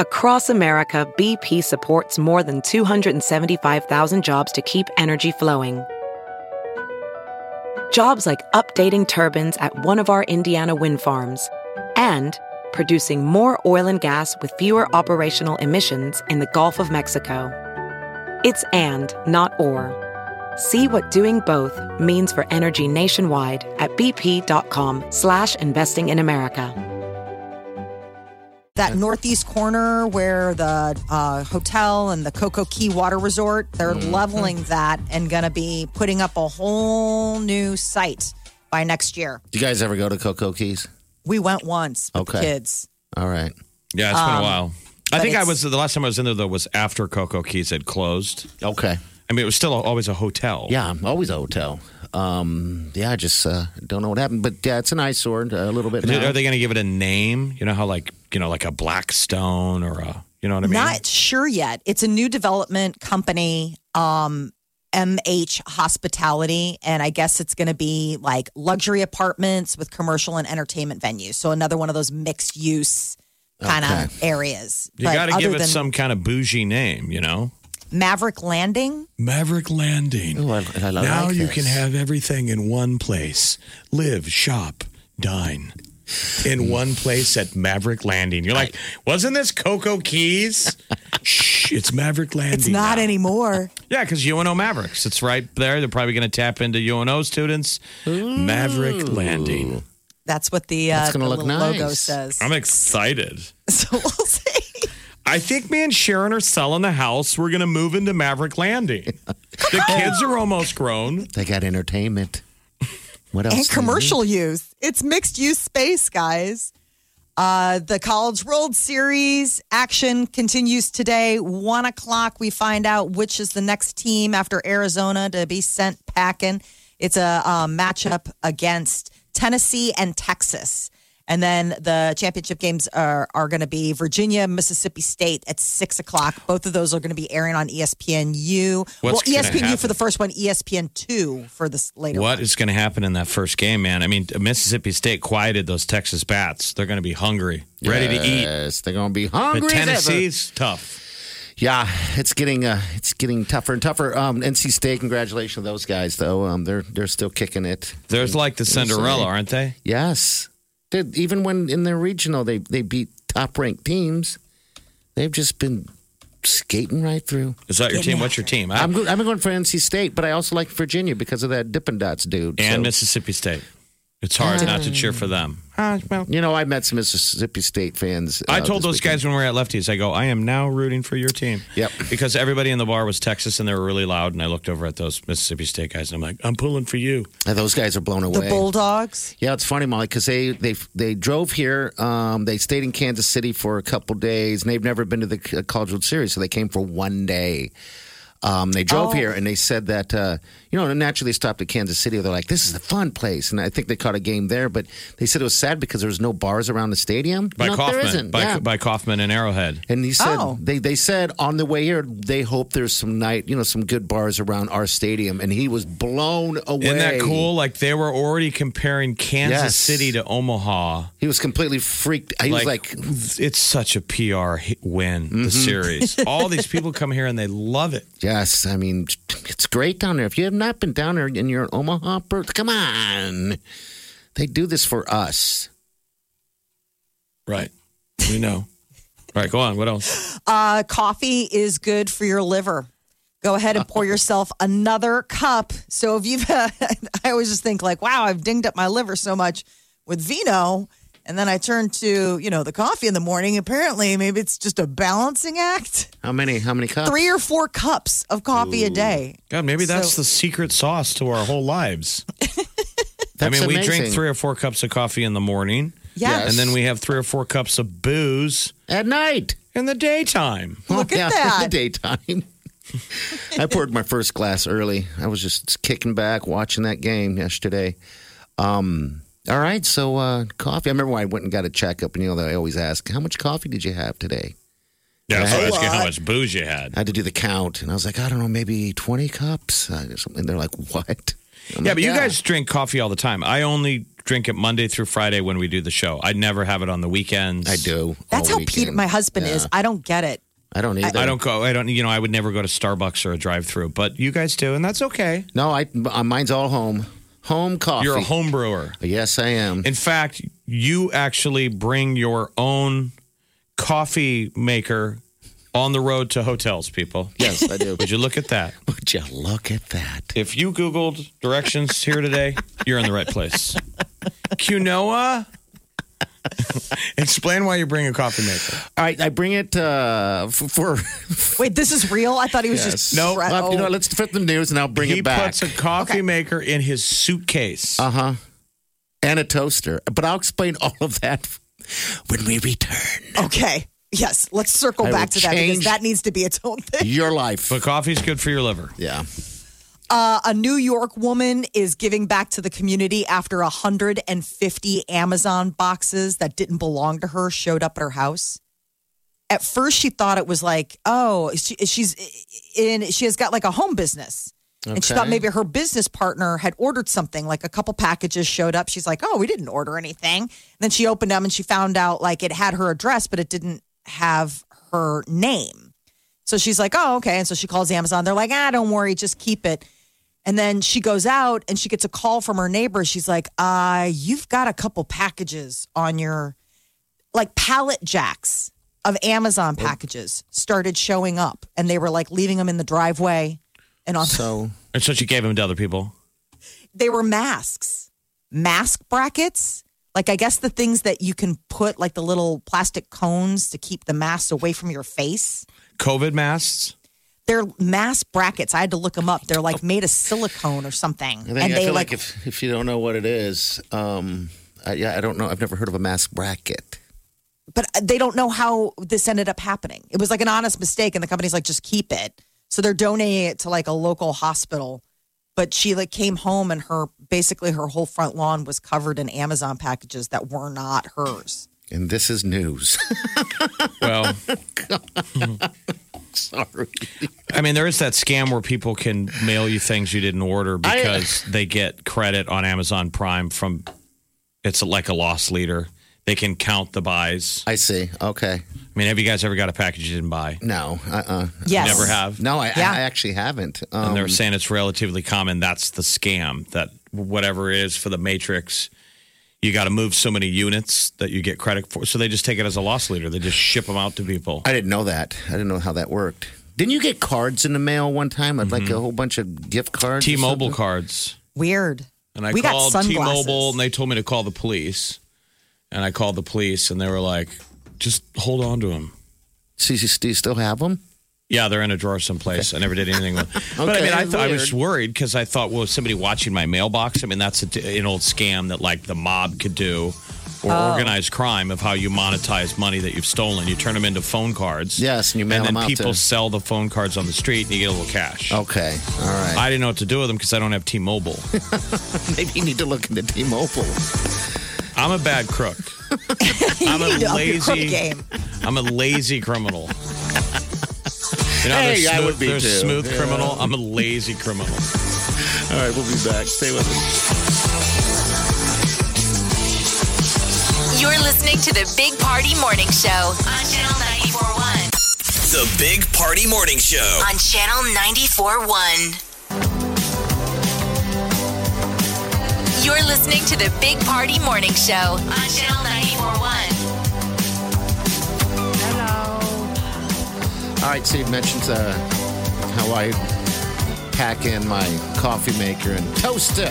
[SPEAKER 7] Across America, BP supports more than 275,000 jobs to keep energy flowing. Jobs like updating turbines at one of our Indiana wind farms and producing more oil and gas with fewer operational emissions in the Gulf of Mexico. It's and, not or. See what doing both means for energy nationwide at bp.com slash investing in America.
[SPEAKER 4] That northeast corner where the uh, hotel and the Coco Key Water Resort, they're leveling that and going to be putting up a whole new site by next year.
[SPEAKER 5] Do you guys ever go to Coco Keys?
[SPEAKER 4] We went once with the
[SPEAKER 5] Okay.
[SPEAKER 4] kids.
[SPEAKER 5] All right.
[SPEAKER 6] Yeah, it's
[SPEAKER 5] Um,
[SPEAKER 6] been a while. I think I
[SPEAKER 4] it's-
[SPEAKER 6] was the last time I was in there though was after Coco Keys had closed.
[SPEAKER 5] Okay.
[SPEAKER 6] I mean, it was still always a hotel.
[SPEAKER 5] Yeah, I'm always a hotel. Um, yeah, I just uh, don't know what happened, but yeah, it's an eyesore uh, a little bit.
[SPEAKER 6] Did-
[SPEAKER 5] now.
[SPEAKER 6] Are they going to give it a name? You know how like you know like a Blackstone or a you know what I mean?
[SPEAKER 4] Not sure yet. It's a new development company, um, MH Hospitality, and I guess it's going to be like luxury apartments with commercial and entertainment venues. So another one of those mixed use kind of areas.
[SPEAKER 6] you got to give it some kind of bougie name. You know,
[SPEAKER 4] Maverick Landing.
[SPEAKER 6] Maverick Landing.
[SPEAKER 5] Ooh, I, I love
[SPEAKER 6] now
[SPEAKER 5] like
[SPEAKER 6] you
[SPEAKER 5] this.
[SPEAKER 6] can have everything in one place: live, shop, dine. In one place at Maverick Landing. You're like, wasn't this Coco Keys? Shh, it's Maverick Landing.
[SPEAKER 4] It's not
[SPEAKER 6] now.
[SPEAKER 4] anymore.
[SPEAKER 6] Yeah, because UNO Mavericks. It's right there. They're probably going to tap into UNO students. Maverick Landing.
[SPEAKER 4] That's what the, uh,
[SPEAKER 5] That's gonna
[SPEAKER 4] the
[SPEAKER 5] look
[SPEAKER 4] little logo
[SPEAKER 5] nice.
[SPEAKER 4] says.
[SPEAKER 6] I'm excited.
[SPEAKER 4] so we'll see.
[SPEAKER 6] I think me and Sharon are selling the house. We're going to move into Maverick Landing. the kids are almost grown.
[SPEAKER 5] They got entertainment. What else?
[SPEAKER 4] and commercial use. It's mixed use space, guys. Uh, the College World Series action continues today. One o'clock, we find out which is the next team after Arizona to be sent packing. It's a um, matchup against Tennessee and Texas. And then the championship games are, are going to be Virginia, Mississippi State at six o'clock. Both of those are going to be airing on E ESPNU. well, E
[SPEAKER 6] What's gonna
[SPEAKER 4] ESPNU for
[SPEAKER 6] happen?
[SPEAKER 4] the first one, E ESPN2 for this later
[SPEAKER 6] What
[SPEAKER 4] one.
[SPEAKER 6] is going to happen in that first game, man? I mean, Mississippi State quieted those Texas bats. They're going to be hungry, ready to eat.
[SPEAKER 5] Yes, they're gonna be
[SPEAKER 6] But
[SPEAKER 5] hungry. as ever.
[SPEAKER 6] Tennessee's tough.
[SPEAKER 5] Yeah, it's getting uh, it's getting tougher and tougher. Um, NC State, congratulations to those guys though. Um, they're they're still kicking it.
[SPEAKER 6] They're like the Cinderella, aren't they?
[SPEAKER 5] Yes, They're- even when in their regional, they they beat top ranked teams. They've just been skating right through.
[SPEAKER 6] Is that your team? What's your team?
[SPEAKER 5] I'm go- I'm going for NC State, but I also like Virginia because of that Dippin' Dots dude.
[SPEAKER 6] and
[SPEAKER 5] So,
[SPEAKER 6] Mississippi State. It's hard not to cheer for them.
[SPEAKER 5] you know, I met some Mississippi State fans.
[SPEAKER 6] I
[SPEAKER 5] uh,
[SPEAKER 6] told
[SPEAKER 5] this
[SPEAKER 6] those guys when we were at Lefties, I go, I am now rooting for your team.
[SPEAKER 5] Yep.
[SPEAKER 6] Because everybody in the bar was Texas and they were really loud. And I looked over at those Mississippi State guys and I'm like, I'm pulling for you.
[SPEAKER 5] weekend. Uh, Those guys are blown away.
[SPEAKER 4] the Bulldogs.
[SPEAKER 5] Yeah, it's funny, Molly, because they they they drove here. Um, they stayed in Kansas City for a couple days, and they've never been to the uh, College World Series, so they came for one day. Um, they drove here, and they said that uh, you know, and naturally they stopped at Kansas City. They're like, "This is a fun place," and I think they caught a game there. But they said it was sad because there was no bars around the stadium.
[SPEAKER 6] By
[SPEAKER 5] no, there
[SPEAKER 6] Kaufman.
[SPEAKER 5] isn't.
[SPEAKER 6] By,
[SPEAKER 5] yeah.
[SPEAKER 6] by Kaufman and Arrowhead.
[SPEAKER 5] And he said
[SPEAKER 4] Oh.
[SPEAKER 5] they, they said on the way here they hope there's some night you know some good bars around our stadium and he was blown away.
[SPEAKER 6] Isn't that cool? Like they were already comparing Kansas
[SPEAKER 5] Yes.
[SPEAKER 6] City to Omaha.
[SPEAKER 5] He was completely freaked. He was like Mm-hmm.
[SPEAKER 6] it's such a PR hit win, the series. All these people come here and they love it.
[SPEAKER 5] Yes, I mean it's great down there. If you have not been down there and you're in Omaha, bro, come on. They do this for us.
[SPEAKER 6] Right. We know. All right, go on. What else?
[SPEAKER 4] Uh, coffee is good for your liver. Go ahead and pour yourself another cup. So if you've, I always just think like, wow, I've dinged up my liver so much with vino, and then I turn to you know the coffee in the morning. Apparently, maybe it's just a balancing act.
[SPEAKER 5] How many? How many cups?
[SPEAKER 4] Three or four cups of coffee a day.
[SPEAKER 6] God, maybe that's
[SPEAKER 4] So-
[SPEAKER 6] the secret sauce to our whole lives. I
[SPEAKER 5] That's
[SPEAKER 6] mean, we
[SPEAKER 5] amazing.
[SPEAKER 6] drink three or four cups of coffee in the morning.
[SPEAKER 4] Yeah.
[SPEAKER 6] And then we have three or four cups of booze
[SPEAKER 5] at night.
[SPEAKER 6] in the daytime.
[SPEAKER 4] Look
[SPEAKER 5] yeah,
[SPEAKER 4] at that.
[SPEAKER 5] In the daytime. I poured my first glass early. I was just kicking back watching that game yesterday. Um, all right, so uh, coffee. I remember when I went and got a checkup, and you know they always ask, "How much coffee did you have today?"
[SPEAKER 6] Yeah, so
[SPEAKER 5] A
[SPEAKER 6] ask you how much booze you had.
[SPEAKER 5] I had to do the count, and I was like, "I don't know, maybe twenty cups." Uh, And they're like, "What?" I'm
[SPEAKER 6] Yeah,
[SPEAKER 5] like,
[SPEAKER 6] but you guys drink coffee all the time. I only drink it Monday through Friday when we do the show. I never have it on the weekends.
[SPEAKER 5] I do.
[SPEAKER 4] That's
[SPEAKER 5] all
[SPEAKER 4] how Peter,
[SPEAKER 5] weekend.
[SPEAKER 4] my husband is. I don't get it.
[SPEAKER 5] I don't either.
[SPEAKER 6] I don't go. I don't. You know, I would never go to Starbucks or a drive-through, but you guys do, and that's okay.
[SPEAKER 5] No, I uh, mine's all home. Home coffee.
[SPEAKER 6] You're a home brewer.
[SPEAKER 5] Yes, I am.
[SPEAKER 6] In fact, you actually bring your own coffee maker on the road to hotels. People,
[SPEAKER 5] yes, I do.
[SPEAKER 6] would you look at that?
[SPEAKER 5] Would you look at that?
[SPEAKER 6] If you Googled directions here today, you're in the right place. Quinoa. Explain why you bring a coffee maker.
[SPEAKER 5] All right, I bring it uh, f- for.
[SPEAKER 4] Wait, this is real. I thought he was just
[SPEAKER 6] No,
[SPEAKER 4] Right,
[SPEAKER 5] you know,
[SPEAKER 4] oh.
[SPEAKER 5] let's flip the news and I'll bring
[SPEAKER 6] he
[SPEAKER 5] it back.
[SPEAKER 6] puts a coffee maker in his suitcase.
[SPEAKER 5] uh huh. And a toaster. But I'll explain all of that when we return.
[SPEAKER 4] Oh, okay. Yes, let's circle
[SPEAKER 5] I
[SPEAKER 4] back
[SPEAKER 5] will
[SPEAKER 4] to that because
[SPEAKER 5] change-
[SPEAKER 4] that needs to be its own thing.
[SPEAKER 5] Your life.
[SPEAKER 6] but coffee's good for your liver.
[SPEAKER 5] Yeah.
[SPEAKER 4] Uh, a New York woman is giving back to the community after 150 Amazon boxes that didn't belong to her showed up at her house. At first, she thought it was like, oh, she, she's in, she has got like a home business. And she
[SPEAKER 5] Okay.
[SPEAKER 4] thought maybe her business partner had ordered something, like a couple packages showed up. She's like, oh, we didn't order anything. And then she opened them and she found out like it had her address, but it didn't have her name. So she's like, oh, okay. And so she calls Amazon. They're like, ah, don't worry, just keep it. And then she goes out and she gets a call from her neighbor. She's like, uh, you've got a couple packages on your, like, pallet jacks of Amazon packages started showing up. And they were like leaving them in the driveway. And on,
[SPEAKER 5] So
[SPEAKER 6] And so she gave him to other people.
[SPEAKER 4] they were masks, mask brackets, Like I guess the things that you can put, like the little plastic cones to keep the masks away from your face.
[SPEAKER 6] COVID masks.
[SPEAKER 4] They're mask brackets. I had to look them up. They're like made of silicone or something,
[SPEAKER 5] I, think, I feel like, if, if you don't know what it is, um, I, yeah, I don't know. I've never heard of a mask bracket.
[SPEAKER 4] but they don't know how this ended up happening. It was like an honest mistake, and the company's like, just keep it. So they're donating it to like a local hospital. But she like came home and her basically her whole front lawn was covered in Amazon packages that were not hers.
[SPEAKER 5] And this is news.
[SPEAKER 6] Well,
[SPEAKER 5] Sorry.
[SPEAKER 6] I mean, there is that scam where people can mail you things you didn't order
[SPEAKER 5] I-
[SPEAKER 6] because they get credit on Amazon Prime from it's like a loss leader. They can count the buys.
[SPEAKER 5] I see. Okay.
[SPEAKER 6] I mean, have you guys ever got a package you didn't buy?
[SPEAKER 5] No. Uh. uh
[SPEAKER 4] Yes.
[SPEAKER 6] Never have.
[SPEAKER 5] No. I,
[SPEAKER 4] Yeah.
[SPEAKER 5] I actually haven't.
[SPEAKER 6] And
[SPEAKER 5] Um,
[SPEAKER 6] they're saying it's relatively common. That's the scam that whatever it is for the Matrix, you got to move so many units that you get credit for. So they just take it as a loss leader. They just ship them out to people.
[SPEAKER 5] I didn't know that. I didn't know how that worked. Didn't you get cards in the mail one time? I'd like a whole bunch of gift cards. or
[SPEAKER 6] T-Mobile
[SPEAKER 5] something?
[SPEAKER 6] cards.
[SPEAKER 4] Weird.
[SPEAKER 6] And I
[SPEAKER 4] we
[SPEAKER 6] called
[SPEAKER 4] got sunglasses.
[SPEAKER 6] T-Mobile, and they told me to call the police. And I called the police, and they were like, "Just hold on to them."
[SPEAKER 5] See, see, do you still have them?
[SPEAKER 6] Yeah, they're in a drawer someplace. I never did anything with. but I mean, I, th- I was worried because I thought, well, is somebody watching my mailbox. I mean, that's a t- an old scam that like the mob could do, or
[SPEAKER 5] Oh.
[SPEAKER 6] organized crime of how you monetize money that you've stolen. You turn them into phone cards.
[SPEAKER 5] Yes, and you mail
[SPEAKER 6] and then
[SPEAKER 5] 'em out
[SPEAKER 6] people
[SPEAKER 5] to- Oh.
[SPEAKER 6] sell the phone cards on the street, and you get a little cash.
[SPEAKER 5] Okay. All right.
[SPEAKER 6] I didn't know what to do with them because I don't have T-Mobile.
[SPEAKER 5] Maybe you need to look into T-Mobile.
[SPEAKER 6] I'm a bad crook. I'm a
[SPEAKER 4] You need to up your credit
[SPEAKER 6] lazy.
[SPEAKER 4] game.
[SPEAKER 6] I'm a lazy criminal. You know,
[SPEAKER 5] Hey,
[SPEAKER 6] they're
[SPEAKER 5] I
[SPEAKER 6] smooth,
[SPEAKER 5] would be
[SPEAKER 6] they're
[SPEAKER 5] too.
[SPEAKER 6] smooth criminal. I'm a lazy criminal.
[SPEAKER 5] All right, we'll be back. Stay with us.
[SPEAKER 3] You're listening to the Big Party Morning Show on Channel 94.1.
[SPEAKER 2] The Big Party Morning Show.
[SPEAKER 3] On Channel 94.1. You're listening to the Big Party Morning Show on Channel 94.1.
[SPEAKER 5] All right, Steve mentions uh, how I pack in my coffee maker and toaster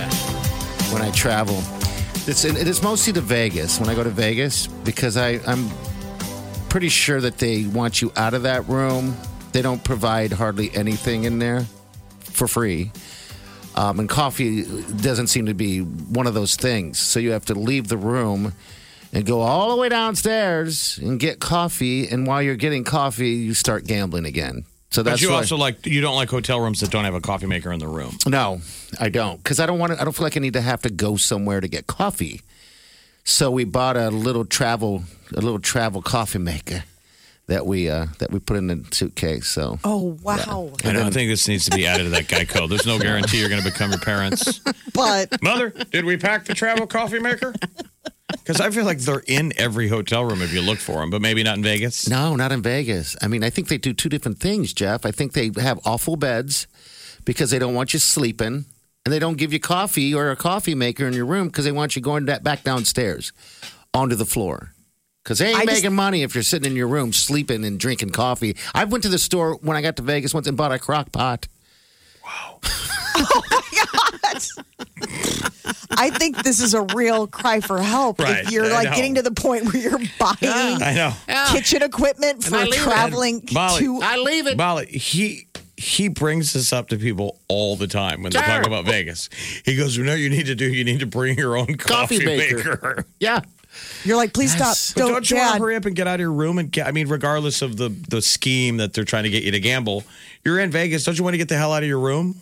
[SPEAKER 5] when I travel. It's it is mostly to Vegas when I go to Vegas because I I'm pretty sure that they want you out of that room. They don't provide hardly anything in there for free. Um, and coffee doesn't seem to be one of those things. So you have to leave the room and go all the way downstairs and get coffee. And while you're getting coffee, you start gambling again. So
[SPEAKER 6] But
[SPEAKER 5] that's
[SPEAKER 6] you
[SPEAKER 5] why-
[SPEAKER 6] also like you don't like hotel rooms that don't have a coffee maker in the room.
[SPEAKER 5] no, I don't, because I don't want to. I don't feel like I need to have to go somewhere to get coffee. So we bought a little travel, a little travel coffee maker that we uh, that we put in the suitcase. So
[SPEAKER 4] Oh wow!
[SPEAKER 6] I, don't think this needs to be added to that Geico. There's no guarantee you're going to become your parents.
[SPEAKER 4] But
[SPEAKER 6] Mother, did we pack the travel coffee maker? Because I feel like they're in every hotel room if you look for them, but maybe not in Vegas.
[SPEAKER 5] no, not in Vegas. I mean, I think they do two different things, Jeff. I think they have awful beds because they don't want you sleeping, and they don't give you coffee or a coffee maker in your room because they want you going that back downstairs onto the floor. Because they ain't
[SPEAKER 4] I
[SPEAKER 5] making
[SPEAKER 4] just-
[SPEAKER 5] money if you're sitting in your room sleeping and drinking coffee. I went to the store when I got to Vegas once and bought a crock pot.
[SPEAKER 4] I think this is a real cry for help.
[SPEAKER 6] Right,
[SPEAKER 4] if you're
[SPEAKER 6] I
[SPEAKER 4] like
[SPEAKER 6] know.
[SPEAKER 4] getting to the point where you're buying
[SPEAKER 6] I know.
[SPEAKER 4] kitchen equipment
[SPEAKER 5] I
[SPEAKER 4] for
[SPEAKER 5] leave it.
[SPEAKER 4] traveling
[SPEAKER 6] Molly,
[SPEAKER 4] to
[SPEAKER 5] I leave it.
[SPEAKER 6] Molly, he he brings this up to people all the time when they
[SPEAKER 5] Sure.
[SPEAKER 6] talk about Vegas. He goes, "You know, you need to do. You need to bring your own coffee,
[SPEAKER 5] Coffee
[SPEAKER 6] maker."
[SPEAKER 5] maker. Yeah.
[SPEAKER 4] You're like, please
[SPEAKER 5] Yes.
[SPEAKER 4] stop.
[SPEAKER 6] But
[SPEAKER 4] Don't,
[SPEAKER 6] don't you want to
[SPEAKER 4] Dad.
[SPEAKER 6] hurry up and get out of your room? And get, I mean, regardless of the the scheme that they're trying to get you to gamble, you're in Vegas. Don't you want to get the hell out of your room?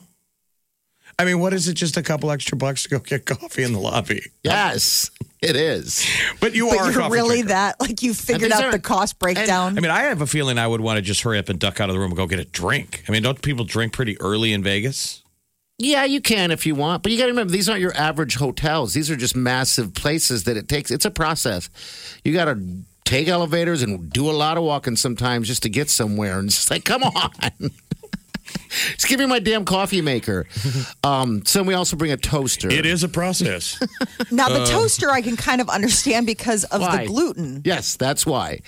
[SPEAKER 6] I mean, what is it? Just a couple extra bucks to go get coffee in the lobby?
[SPEAKER 5] Yes, it is.
[SPEAKER 6] But you are
[SPEAKER 4] But
[SPEAKER 6] a
[SPEAKER 4] you're
[SPEAKER 6] coffee
[SPEAKER 4] really
[SPEAKER 6] drinker.
[SPEAKER 4] that like you figured
[SPEAKER 5] these
[SPEAKER 4] out
[SPEAKER 5] are-
[SPEAKER 4] the cost breakdown.
[SPEAKER 6] I mean, I have a feeling I would want to just hurry up and duck out of the room and go get a drink. I mean, don't people drink pretty early in Vegas?
[SPEAKER 5] Yeah, you can if you want, but you got to remember these aren't your average hotels. These are just massive places that it takes. It's a process. You got to take elevators and do a lot of walking sometimes just to get somewhere. And it's just like, come on. just give me my damn coffee maker. Um, so we also bring a toaster.
[SPEAKER 6] It is a process.
[SPEAKER 4] now
[SPEAKER 6] uh,
[SPEAKER 4] the toaster I can kind of understand because of
[SPEAKER 5] Why?
[SPEAKER 4] the gluten.
[SPEAKER 5] Yes, that's why.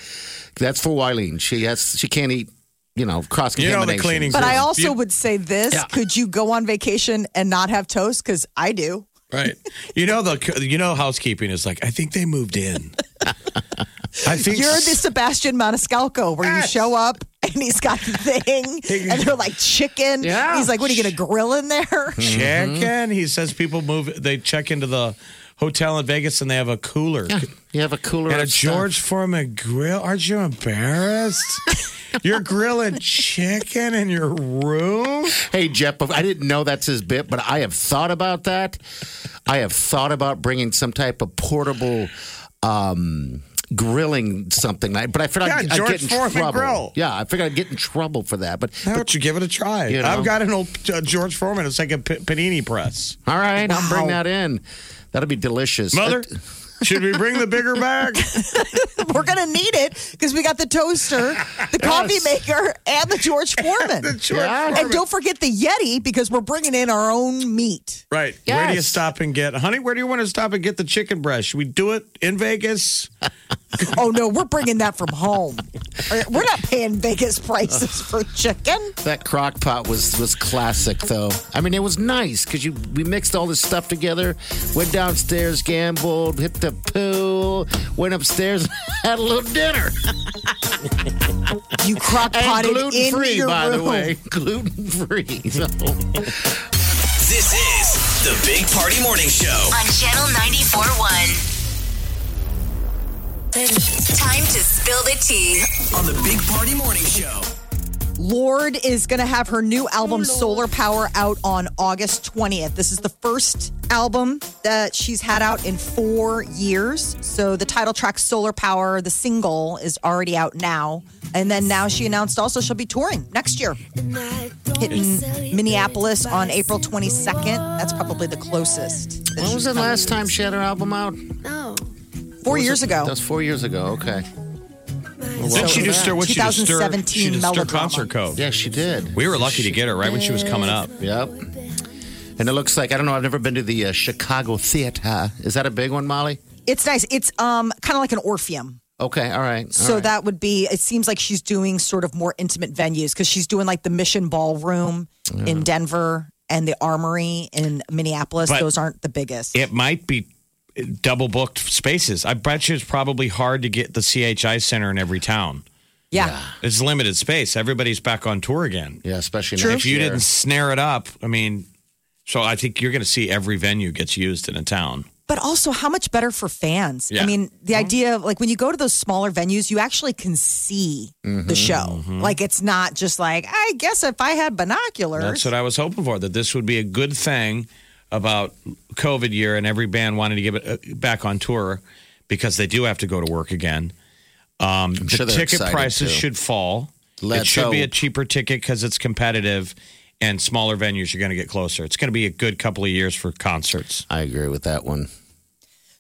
[SPEAKER 5] That's for Wileen. She has. She can't eat. You know, cross
[SPEAKER 6] You know, the
[SPEAKER 5] contamination.
[SPEAKER 6] cleaning-
[SPEAKER 4] But I
[SPEAKER 6] Yeah.
[SPEAKER 4] also
[SPEAKER 6] You-
[SPEAKER 4] would say this:
[SPEAKER 5] Yeah.
[SPEAKER 4] Could you go on vacation and not have toast? Because I do.
[SPEAKER 6] Right. You know the you know housekeeping is like I think they moved in. I think
[SPEAKER 4] You're the Sebastian Maniscalco where you show up and he's got the thing and they're like chicken.
[SPEAKER 5] Yeah.
[SPEAKER 4] He's like, what are you going to grill in
[SPEAKER 6] Hmm.
[SPEAKER 4] there?
[SPEAKER 6] check in. He says people move they check into the hotel in Vegas and they have a cooler.
[SPEAKER 5] You have a cooler.
[SPEAKER 6] And a
[SPEAKER 5] of stuff.
[SPEAKER 6] George Foreman grill. Aren't you embarrassed? you're grilling chicken in your room?
[SPEAKER 5] Hey, Jeff, I didn't know that's his bit, but I have thought about that. I have thought about bringing some type of portable um, grilling something, like- but I figured I'd,
[SPEAKER 6] Yeah,
[SPEAKER 5] I'd
[SPEAKER 6] George
[SPEAKER 5] get in
[SPEAKER 6] Foreman
[SPEAKER 5] trouble.
[SPEAKER 6] grill.
[SPEAKER 5] Yeah, I figured I'd get in trouble for that. But,
[SPEAKER 6] Why don't you give it a try?
[SPEAKER 5] You know.
[SPEAKER 6] I've got an old uh, George Foreman. It's like a p- panini press.
[SPEAKER 5] all right, I'll bring that in. That'll be delicious.
[SPEAKER 6] Mother,
[SPEAKER 5] Uh,
[SPEAKER 6] should we bring the bigger bag?
[SPEAKER 4] We're going to need it because we got the toaster, the coffee maker, and the George Foreman.
[SPEAKER 6] George
[SPEAKER 5] Yeah.
[SPEAKER 4] and don't forget the Yeti because we're bringing in our own meat.
[SPEAKER 6] Right. Where do you
[SPEAKER 5] Yes.
[SPEAKER 6] stop and get, honey? Where do you want to stop and get the chicken breast? Should we do it in Vegas?
[SPEAKER 4] Oh no, we're bringing that from home. We're not paying Vegas prices for chicken.
[SPEAKER 5] that crock pot was, was classic, though. I mean, it was nice because you we mixed all this stuff together, went downstairs, gambled, hit the pool, went upstairs, had a little dinner.
[SPEAKER 4] You crock
[SPEAKER 5] And
[SPEAKER 4] potted
[SPEAKER 5] gluten
[SPEAKER 4] in
[SPEAKER 5] free,
[SPEAKER 4] your
[SPEAKER 5] by
[SPEAKER 4] room.
[SPEAKER 5] the way. Gluten free.
[SPEAKER 2] This is the Big Party Morning Show.
[SPEAKER 3] on Channel 94.1. Time to spill the tea.
[SPEAKER 2] On the Big Party Morning Show.
[SPEAKER 4] Lord is going to have her new album Solar Power out on August 20th. This is the first album that she's had out in 4 years. So the title track Solar Power, the single is already out now. And then now she announced also she'll be touring next year. Hitting Minneapolis on April 22nd. That's probably the closest. that
[SPEAKER 5] When was
[SPEAKER 4] she's
[SPEAKER 5] the
[SPEAKER 4] come.
[SPEAKER 5] last time she had her album out?
[SPEAKER 4] 4 years ago.
[SPEAKER 5] That was four years ago. Okay.
[SPEAKER 6] Didn't
[SPEAKER 4] So
[SPEAKER 6] she just stir? What she just stir?
[SPEAKER 4] 2017
[SPEAKER 6] She just stir
[SPEAKER 4] melodrama.
[SPEAKER 6] concert code.
[SPEAKER 5] Yeah, she did.
[SPEAKER 6] We were lucky to get her right when she was coming up.
[SPEAKER 5] Yep. And it looks like I don't know. I've never been to the uh, Chicago Theater. Is that a big one, Molly?
[SPEAKER 4] It's nice. It's um kind of like an Orpheum.
[SPEAKER 5] Okay. All right. all
[SPEAKER 4] So
[SPEAKER 5] right.
[SPEAKER 4] that would be, it seems like she's doing sort of more intimate venues because she's doing like the Mission Ballroom in Denver and the Armory in Minneapolis.
[SPEAKER 6] But-
[SPEAKER 4] Those aren't the biggest.
[SPEAKER 6] It might be double booked spaces. I bet you it's probably hard to get the CHI Center in every town.
[SPEAKER 4] yeah.
[SPEAKER 6] It's limited space. Everybody's back on tour again.
[SPEAKER 5] yeah, especially
[SPEAKER 6] If
[SPEAKER 5] next
[SPEAKER 6] you
[SPEAKER 5] year.
[SPEAKER 6] didn't snare it up, I mean, so I think you're going to see every venue gets used in a town.
[SPEAKER 4] But also, how much better for fans? I
[SPEAKER 6] Yeah. Mm-hmm.
[SPEAKER 4] mean, the idea of like when you go to those smaller venues, you actually can see
[SPEAKER 6] Mm-hmm.
[SPEAKER 4] the show. Like it's not just like, I guess if I had binoculars.
[SPEAKER 6] That's what I was hoping for. That this would be a good thing about COVID year and every band wanting to get it, uh, back on tour because they do have to go to work again. Um, the
[SPEAKER 5] sure they're
[SPEAKER 6] ticket
[SPEAKER 5] excited,
[SPEAKER 6] prices
[SPEAKER 5] too.
[SPEAKER 6] should fall. it
[SPEAKER 5] Let's
[SPEAKER 6] should be a
[SPEAKER 5] hope.
[SPEAKER 6] cheaper ticket because it's competitive, and smaller venues are going to get closer. It's going to be a good couple of years for concerts.
[SPEAKER 5] I agree with that one.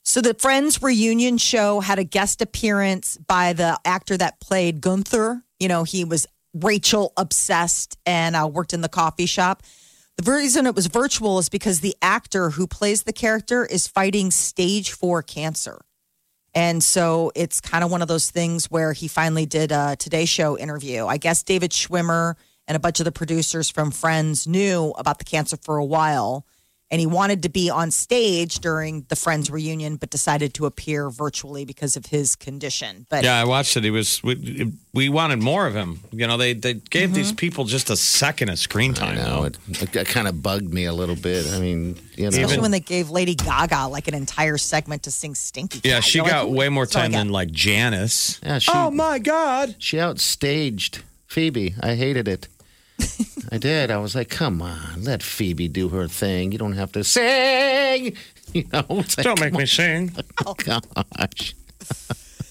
[SPEAKER 4] So the Friends reunion show had a guest appearance by the actor that played Gunther. You know, he was Rachel obsessed and uh, worked in the coffee shop. The reason it was virtual is because the actor who plays the character is fighting stage four cancer. And so it's kind of one of those things where he finally did a Today Show interview. I guess David Schwimmer and a bunch of the producers from Friends knew about the cancer for a while. And he wanted to be on stage during the Friends reunion, but decided to appear virtually because of his condition. But
[SPEAKER 6] Yeah, I watched it. He was we, we wanted more of him. You know, they they gave
[SPEAKER 4] Mm-hmm.
[SPEAKER 6] these people just a second of screen time.
[SPEAKER 5] You know, it, it, kind of bugged me a little bit. I mean, you know,
[SPEAKER 4] especially when they gave Lady Gaga like an entire segment to sing Stinky Cat.
[SPEAKER 6] yeah, she
[SPEAKER 4] You're like,
[SPEAKER 6] got
[SPEAKER 4] "Ooh,
[SPEAKER 6] way more
[SPEAKER 4] that's all I
[SPEAKER 6] time
[SPEAKER 4] got." Oh,
[SPEAKER 6] than like Janice.
[SPEAKER 5] yeah, she,
[SPEAKER 6] my God.
[SPEAKER 5] She outstaged Phoebe. I hated it. I did. I was like, come on, let Phoebe do her thing. You don't have to sing. You know, it's like,
[SPEAKER 6] Don't make me sing.
[SPEAKER 5] oh gosh.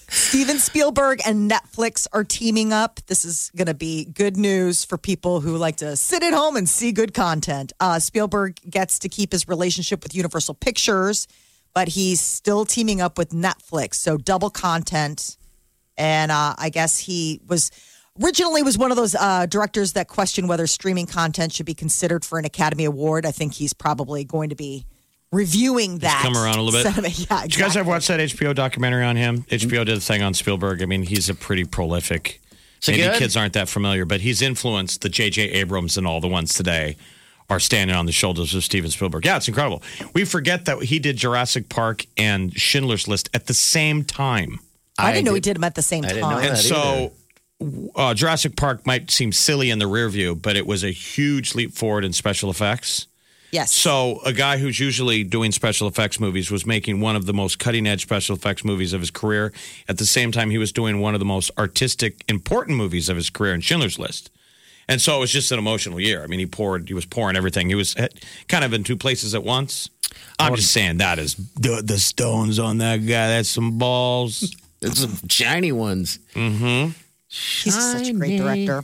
[SPEAKER 4] Steven Spielberg and Netflix are teaming up. This is going to be good news for people who like to sit at home and see good content. Uh, Spielberg gets to keep his relationship with Universal Pictures, but he's still teaming up with Netflix. So double content. And uh, I guess he was originally was one of those uh, directors that questioned whether streaming content should be considered for an Academy Award. I think he's probably going to be reviewing that.
[SPEAKER 6] come around a little bit.
[SPEAKER 4] instead of- yeah,
[SPEAKER 6] Did you guys
[SPEAKER 4] exactly.
[SPEAKER 6] ever watch that HBO documentary on him? HBO did a thing on Spielberg. I mean, he's a pretty prolific.
[SPEAKER 5] it
[SPEAKER 6] Maybe
[SPEAKER 5] good?
[SPEAKER 6] kids aren't that familiar, but he's influenced the J.J. Abrams and all the ones today are standing on the shoulders of Steven Spielberg. Yeah, it's incredible. We forget that he did Jurassic Park and Schindler's List at the same time.
[SPEAKER 4] I, didn't know we did them at the same
[SPEAKER 5] I didn't know
[SPEAKER 4] time.
[SPEAKER 5] that.
[SPEAKER 6] And so uh, Jurassic Park might seem silly in the rear view, but it was a huge leap forward in special effects.
[SPEAKER 4] Yes.
[SPEAKER 6] So a guy who's usually doing special effects movies was making one of the most cutting edge special effects movies of his career. At the same time, he was doing one of the most artistic, important movies of his career in Schindler's List. And so it was just an emotional year. I mean, he poured, he was pouring everything. He was at- kind of in two places at once. I'm just saying that is the, the stones on that guy. That's some balls.
[SPEAKER 5] It's some shiny ones.
[SPEAKER 4] He's such a great director.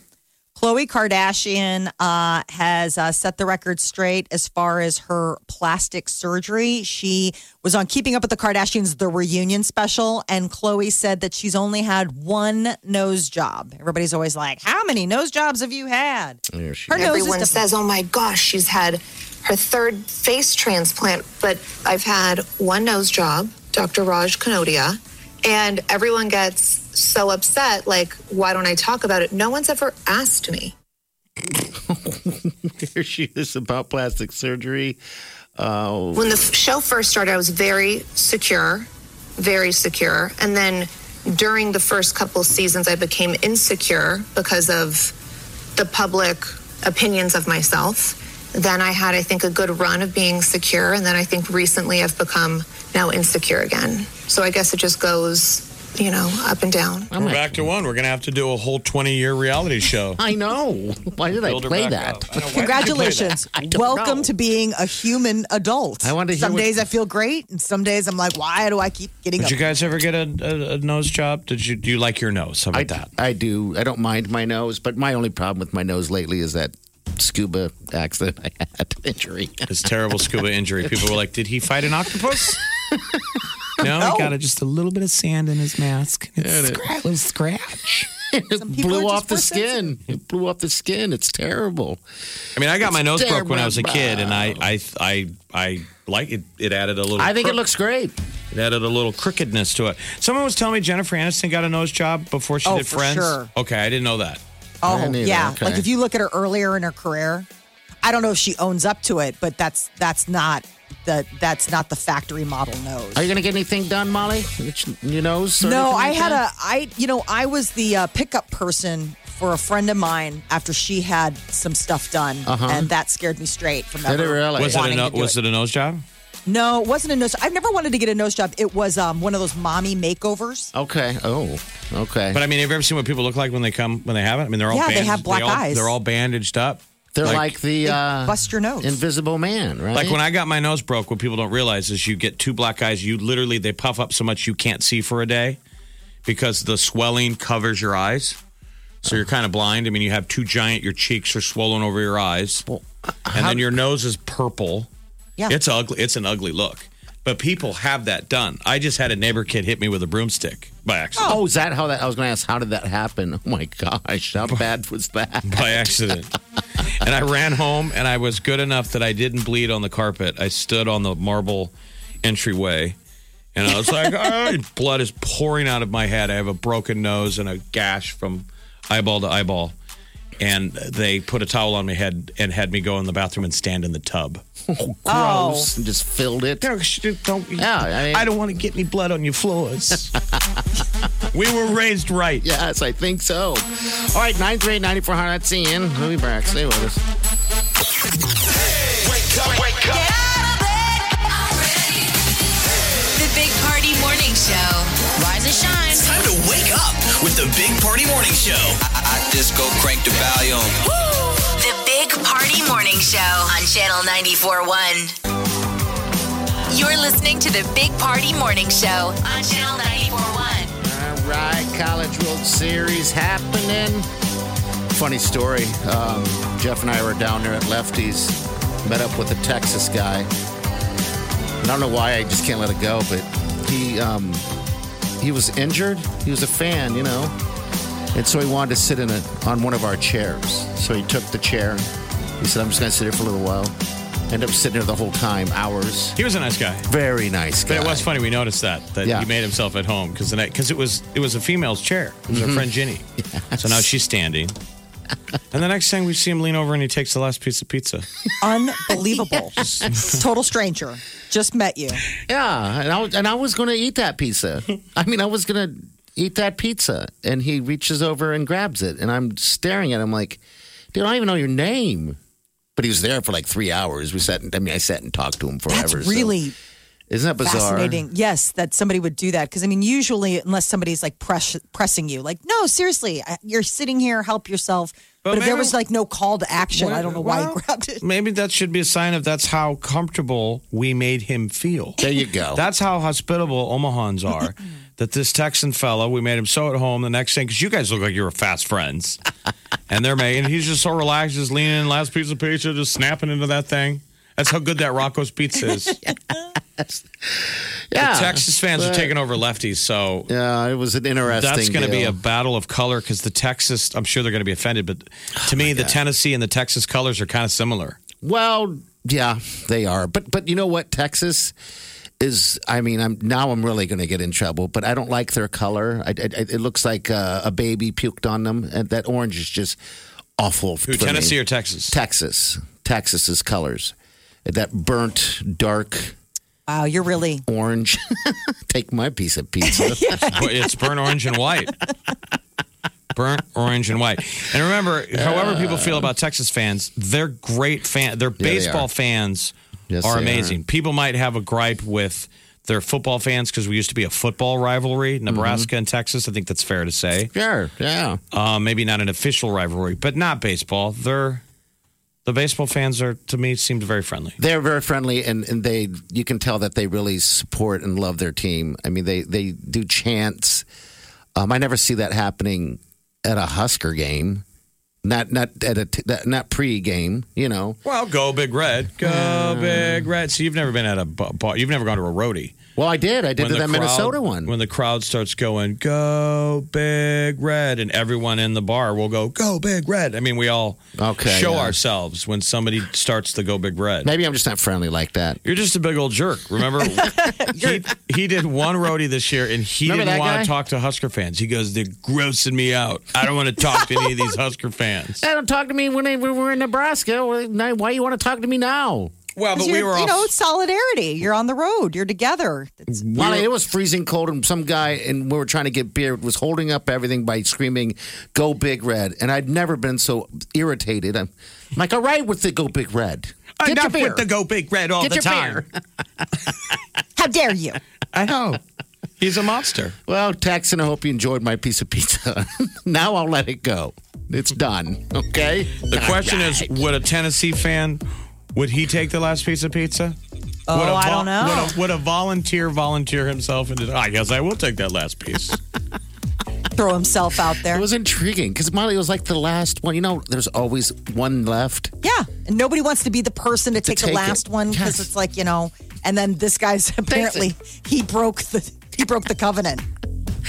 [SPEAKER 4] Khloe Kardashian uh, has uh, set the record straight as far as her plastic surgery. She was on Keeping Up with the Kardashians, the reunion special, and Khloe said that she's only had one nose job. Everybody's always like, How many nose jobs have you had?
[SPEAKER 5] There she
[SPEAKER 4] Her nose
[SPEAKER 10] Everyone
[SPEAKER 4] is
[SPEAKER 10] says, oh my gosh, she's had her third face transplant, but I've had one nose job, Dr. Raj Kanodia, and everyone gets so upset, like, why don't I talk about it? No one's ever asked me.
[SPEAKER 5] There she is about plastic surgery. Oh,
[SPEAKER 10] When the f- show first started, I was very secure, very secure. And then during the first couple seasons, I became insecure because of the public opinions of myself. Then I had, I think, a good run of being secure. And then I think recently I've become now insecure again. So I guess it just goes, you know, up and down.
[SPEAKER 5] Oh
[SPEAKER 6] We're back to one. We're going to have to do a whole 20 year reality show.
[SPEAKER 5] I know. Why did I
[SPEAKER 6] Build her
[SPEAKER 5] play
[SPEAKER 6] back
[SPEAKER 5] that?
[SPEAKER 6] up. I know, why did I play that?
[SPEAKER 4] Congratulations.
[SPEAKER 5] I don't
[SPEAKER 4] Welcome
[SPEAKER 5] know.
[SPEAKER 4] to being a human adult.
[SPEAKER 5] I wanna hear
[SPEAKER 4] Some
[SPEAKER 5] what-
[SPEAKER 4] days I feel great, and some days I'm like, Why do I keep getting
[SPEAKER 6] Did
[SPEAKER 4] up?
[SPEAKER 6] you guys ever get a, a, a nose job? Did you do you like your nose? How about
[SPEAKER 5] I,
[SPEAKER 6] that?
[SPEAKER 5] I do. I don't mind my nose, but my only problem with my nose lately is that scuba accident I had injury.
[SPEAKER 6] This terrible scuba injury. People were like, "Did he fight an octopus?" no, he got a, just a little bit of sand in his mask. It's scratch, little scratch.
[SPEAKER 5] It
[SPEAKER 4] people
[SPEAKER 5] blew
[SPEAKER 4] are
[SPEAKER 5] off
[SPEAKER 4] just
[SPEAKER 5] the
[SPEAKER 4] more
[SPEAKER 5] skin. It blew off the skin. It's terrible.
[SPEAKER 6] I mean, I got my nose broke when I was a
[SPEAKER 5] terrible.
[SPEAKER 6] kid, and I I I I like it. It added a little.
[SPEAKER 5] I think it
[SPEAKER 6] crook-
[SPEAKER 5] looks great.
[SPEAKER 6] It added a little crookedness to it. Someone was telling me Jennifer Aniston got a nose job before she
[SPEAKER 4] Oh,
[SPEAKER 6] did
[SPEAKER 4] for
[SPEAKER 6] Friends.
[SPEAKER 4] sure.
[SPEAKER 6] Okay, I didn't know that.
[SPEAKER 4] Oh,
[SPEAKER 5] neither,
[SPEAKER 4] yeah.
[SPEAKER 5] okay.
[SPEAKER 4] Like if you look at her earlier in her career, I don't know if she owns up to it, but that's that's not the that's not the factory model nose.
[SPEAKER 5] Are you going to get anything done, Molly? Which- Your nose? or
[SPEAKER 4] no,
[SPEAKER 5] anything
[SPEAKER 4] I
[SPEAKER 5] like
[SPEAKER 4] had
[SPEAKER 5] that?
[SPEAKER 4] a I you know I was the uh, pickup person for a friend of mine after she had some stuff done, and that scared me straight from
[SPEAKER 5] Uh-huh. Did it
[SPEAKER 4] ever
[SPEAKER 5] really?
[SPEAKER 6] Was it a
[SPEAKER 4] wanting
[SPEAKER 6] no,
[SPEAKER 4] to do
[SPEAKER 6] was
[SPEAKER 4] it.
[SPEAKER 6] it a nose job?
[SPEAKER 4] No, it wasn't a nose. I've never wanted to get a nose job. It was um, one of those mommy makeovers.
[SPEAKER 5] Okay. Oh, okay.
[SPEAKER 6] But I mean, have you ever seen what people look like when they come when they have it? I mean, they're all
[SPEAKER 4] Yeah, they
[SPEAKER 6] bandaged-
[SPEAKER 4] have black
[SPEAKER 6] all-
[SPEAKER 4] eyes.
[SPEAKER 6] They're all bandaged up.
[SPEAKER 5] They're like,
[SPEAKER 6] like-
[SPEAKER 5] the uh,
[SPEAKER 4] Bust your nose.
[SPEAKER 5] Invisible Man, right?
[SPEAKER 6] Like when I got my nose broke, what people don't realize is you get two black eyes. You literally they puff up so much you can't see for a day because the swelling covers your eyes. So you're kind of blind. I mean, you have two giant. Your cheeks are swollen over your eyes, and then your nose is purple.
[SPEAKER 4] yeah,
[SPEAKER 6] It's ugly. It's an ugly look. But people have that done. I just had a neighbor kid hit me with a broomstick by accident.
[SPEAKER 5] Oh, is that how that? I was going to ask, how did that happen? Oh my gosh, how bad was that?
[SPEAKER 6] by accident. and I ran home and I was good enough that I didn't bleed on the carpet. I stood on the marble entryway and I was like, "Ah," blood is pouring out of my head. I have a broken nose and a gash from eyeball to eyeball. And they put a towel on my head and had me go in the bathroom and stand in the tub. Oh.
[SPEAKER 5] Gross. And just filled it.
[SPEAKER 6] No, shit, Oh, don't.
[SPEAKER 5] Yeah, I mean-
[SPEAKER 6] don't want to get any blood on your floors. we were raised right.
[SPEAKER 5] Yes, I think so. All right, 938 9400. That's Ian. We'll be back. Stay with us.
[SPEAKER 3] Get out of bed already. The Big Party Morning Show. Rise and shine.
[SPEAKER 2] Time to wake up with the Big Party Morning Show. I, I just go crank the volume.
[SPEAKER 3] The Big Party Morning Show on Channel 94.1. You're listening to the Big Party Morning Show on Channel 94.1.
[SPEAKER 5] All right, College World Series happening. Funny story. Um, Jeff and I were down there at Lefty's, met up with a Texas guy. And I don't know why I just can't let it go, but he um, he was injured. He was a fan, you know, and so he wanted to sit in a, on one of our chairs. So he took the chair. He said, "I'm just going to sit here for a little while." End up sitting there the whole time, hours.
[SPEAKER 6] He was a nice guy.
[SPEAKER 5] Very nice guy.
[SPEAKER 6] But it was funny. We noticed that that
[SPEAKER 5] Yeah.
[SPEAKER 6] he made himself at
[SPEAKER 5] Mm-hmm.
[SPEAKER 6] home because the because it was it was a female's chair. It was our friend Ginny. So now she's standing, And the next thing we see him lean over and he takes the last piece of pizza.
[SPEAKER 4] Unbelievable. Total stranger. Just met you.
[SPEAKER 5] Yeah, and I was- and I was going to eat that pizza. I mean, I was going to eat that pizza, and he reaches over and grabs it, and I'm staring at him like, dude, I don't even know your name. But he was there for like three hours. We sat, and, I mean, I sat and talked to him
[SPEAKER 4] That's
[SPEAKER 5] forever. so-
[SPEAKER 4] really
[SPEAKER 5] isn't that bizarre?
[SPEAKER 4] fascinating. Yes, that somebody would do that because I mean, usually, unless somebody's like press, pressing you, like, no, seriously, I- you're sitting here, help yourself. But,
[SPEAKER 6] But
[SPEAKER 4] if there
[SPEAKER 6] maybe-
[SPEAKER 4] was like no call to action, I don't know why I
[SPEAKER 6] Well,
[SPEAKER 4] grabbed it.
[SPEAKER 6] Maybe that should be a sign of that's how comfortable we made him feel.
[SPEAKER 5] There you go.
[SPEAKER 6] That's how hospitable Omahans are. that this Texan fellow, we made him so at home. The next thing, because you guys look like you were fast friends, and they're making. He's just so relaxed, just leaning in, last piece of pizza, just snapping into that thing. That's how good that Rocco's pizza is.
[SPEAKER 5] yeah,
[SPEAKER 6] The Texas fans are taking over lefties, so
[SPEAKER 5] Yeah, it was an interesting.
[SPEAKER 6] that's going to be
[SPEAKER 5] deal.
[SPEAKER 6] a battle of color because the Texas. I'm sure they're going to be offended, but
[SPEAKER 5] Oh
[SPEAKER 6] to me, the Tennessee and the Texas colors are kind of similar.
[SPEAKER 5] Well, yeah, they are. But but you know what? Texas is. I mean, I'm now I'm really going to get in trouble. But I don't like their color. I, I, it looks like uh, a baby puked on them, and that orange is just awful.
[SPEAKER 6] Who,
[SPEAKER 5] for me.
[SPEAKER 6] Tennessee or Texas?
[SPEAKER 5] Texas? Texas's colors, that burnt dark
[SPEAKER 4] Wow, you're really
[SPEAKER 5] orange. Take my piece of pizza.
[SPEAKER 6] Well, it's burnt orange and white. Burnt orange and white. And remember, however people feel about Texas fans, they're great fans. Their
[SPEAKER 5] they
[SPEAKER 6] baseball
[SPEAKER 5] are.
[SPEAKER 6] fans
[SPEAKER 5] Yes,
[SPEAKER 6] are
[SPEAKER 5] they
[SPEAKER 6] amazing. People might have a gripe with their football fans because we used to be a football rivalry,
[SPEAKER 5] Mm-hmm.
[SPEAKER 6] Nebraska and Texas. I think that's fair to say.
[SPEAKER 5] Sure, yeah.
[SPEAKER 6] Uh, maybe not an official rivalry, but not baseball. They're the baseball fans are to me seemed very friendly.
[SPEAKER 5] They're very friendly, and, and they you can tell that they really support and love their team. I mean, they they do chants. Um, I never see that happening at a Husker game, not not at a t- not pre-game. You know,
[SPEAKER 6] Well, go big red, go big red. So you've never been at a bu- bar, you've never gone to a roadie.
[SPEAKER 5] well, I did. I did
[SPEAKER 6] When
[SPEAKER 5] that
[SPEAKER 6] the crowd-
[SPEAKER 5] Minnesota one.
[SPEAKER 6] When the crowd starts going, go big red, and everyone in the bar will go, go big red. I mean, we all
[SPEAKER 5] Okay,
[SPEAKER 6] show
[SPEAKER 5] yeah.
[SPEAKER 6] ourselves when somebody starts to go big red.
[SPEAKER 5] Maybe I'm just not friendly like that.
[SPEAKER 6] You're just a big old jerk. Remember, he, he did one roadie this year, and he
[SPEAKER 5] Remember that
[SPEAKER 6] didn't want
[SPEAKER 5] guy?
[SPEAKER 6] to talk to Husker fans. He goes, they're grossing me out. I don't want to talk to any of these Husker fans.
[SPEAKER 5] They don't talk to me when they, we were in Nebraska. Why why you want to talk to me now?
[SPEAKER 6] Well, but we
[SPEAKER 4] you're-
[SPEAKER 6] were
[SPEAKER 4] you
[SPEAKER 6] off.
[SPEAKER 4] know, it's solidarity. You're on the road. You're together. It's,
[SPEAKER 5] Well, it was freezing cold, and some guy, and we were trying to get beer, was holding up everything by screaming, "Go Big Red!" And I'd never been so irritated. I'm I'm like, "All right, with the Go Big Red, get your
[SPEAKER 6] Enough
[SPEAKER 5] beer."
[SPEAKER 6] with the go big red all
[SPEAKER 5] Get
[SPEAKER 6] the
[SPEAKER 5] your
[SPEAKER 6] time.
[SPEAKER 5] beer.
[SPEAKER 4] how dare you?
[SPEAKER 6] I know.
[SPEAKER 5] Oh.
[SPEAKER 6] He's a monster.
[SPEAKER 5] well, Texan, I hope you enjoyed my piece of pizza. now I'll let it go. It's done. Okay.
[SPEAKER 6] The question is, would a Tennessee fan, would he take the last piece of pizza? Oh, would a
[SPEAKER 4] I don't know.
[SPEAKER 6] Would a, would a volunteer volunteer himself into? I guess I will take that last piece.
[SPEAKER 4] Throw himself out
[SPEAKER 5] It
[SPEAKER 4] there.
[SPEAKER 5] was intriguing because Molly was like the last one. You know, there's always one left.
[SPEAKER 4] yeah, and nobody wants to be the person to take,
[SPEAKER 5] take
[SPEAKER 4] the last
[SPEAKER 5] it.
[SPEAKER 4] one because
[SPEAKER 5] Yes.
[SPEAKER 4] it's like you know. And then this guy's apparently he broke the he broke the covenant.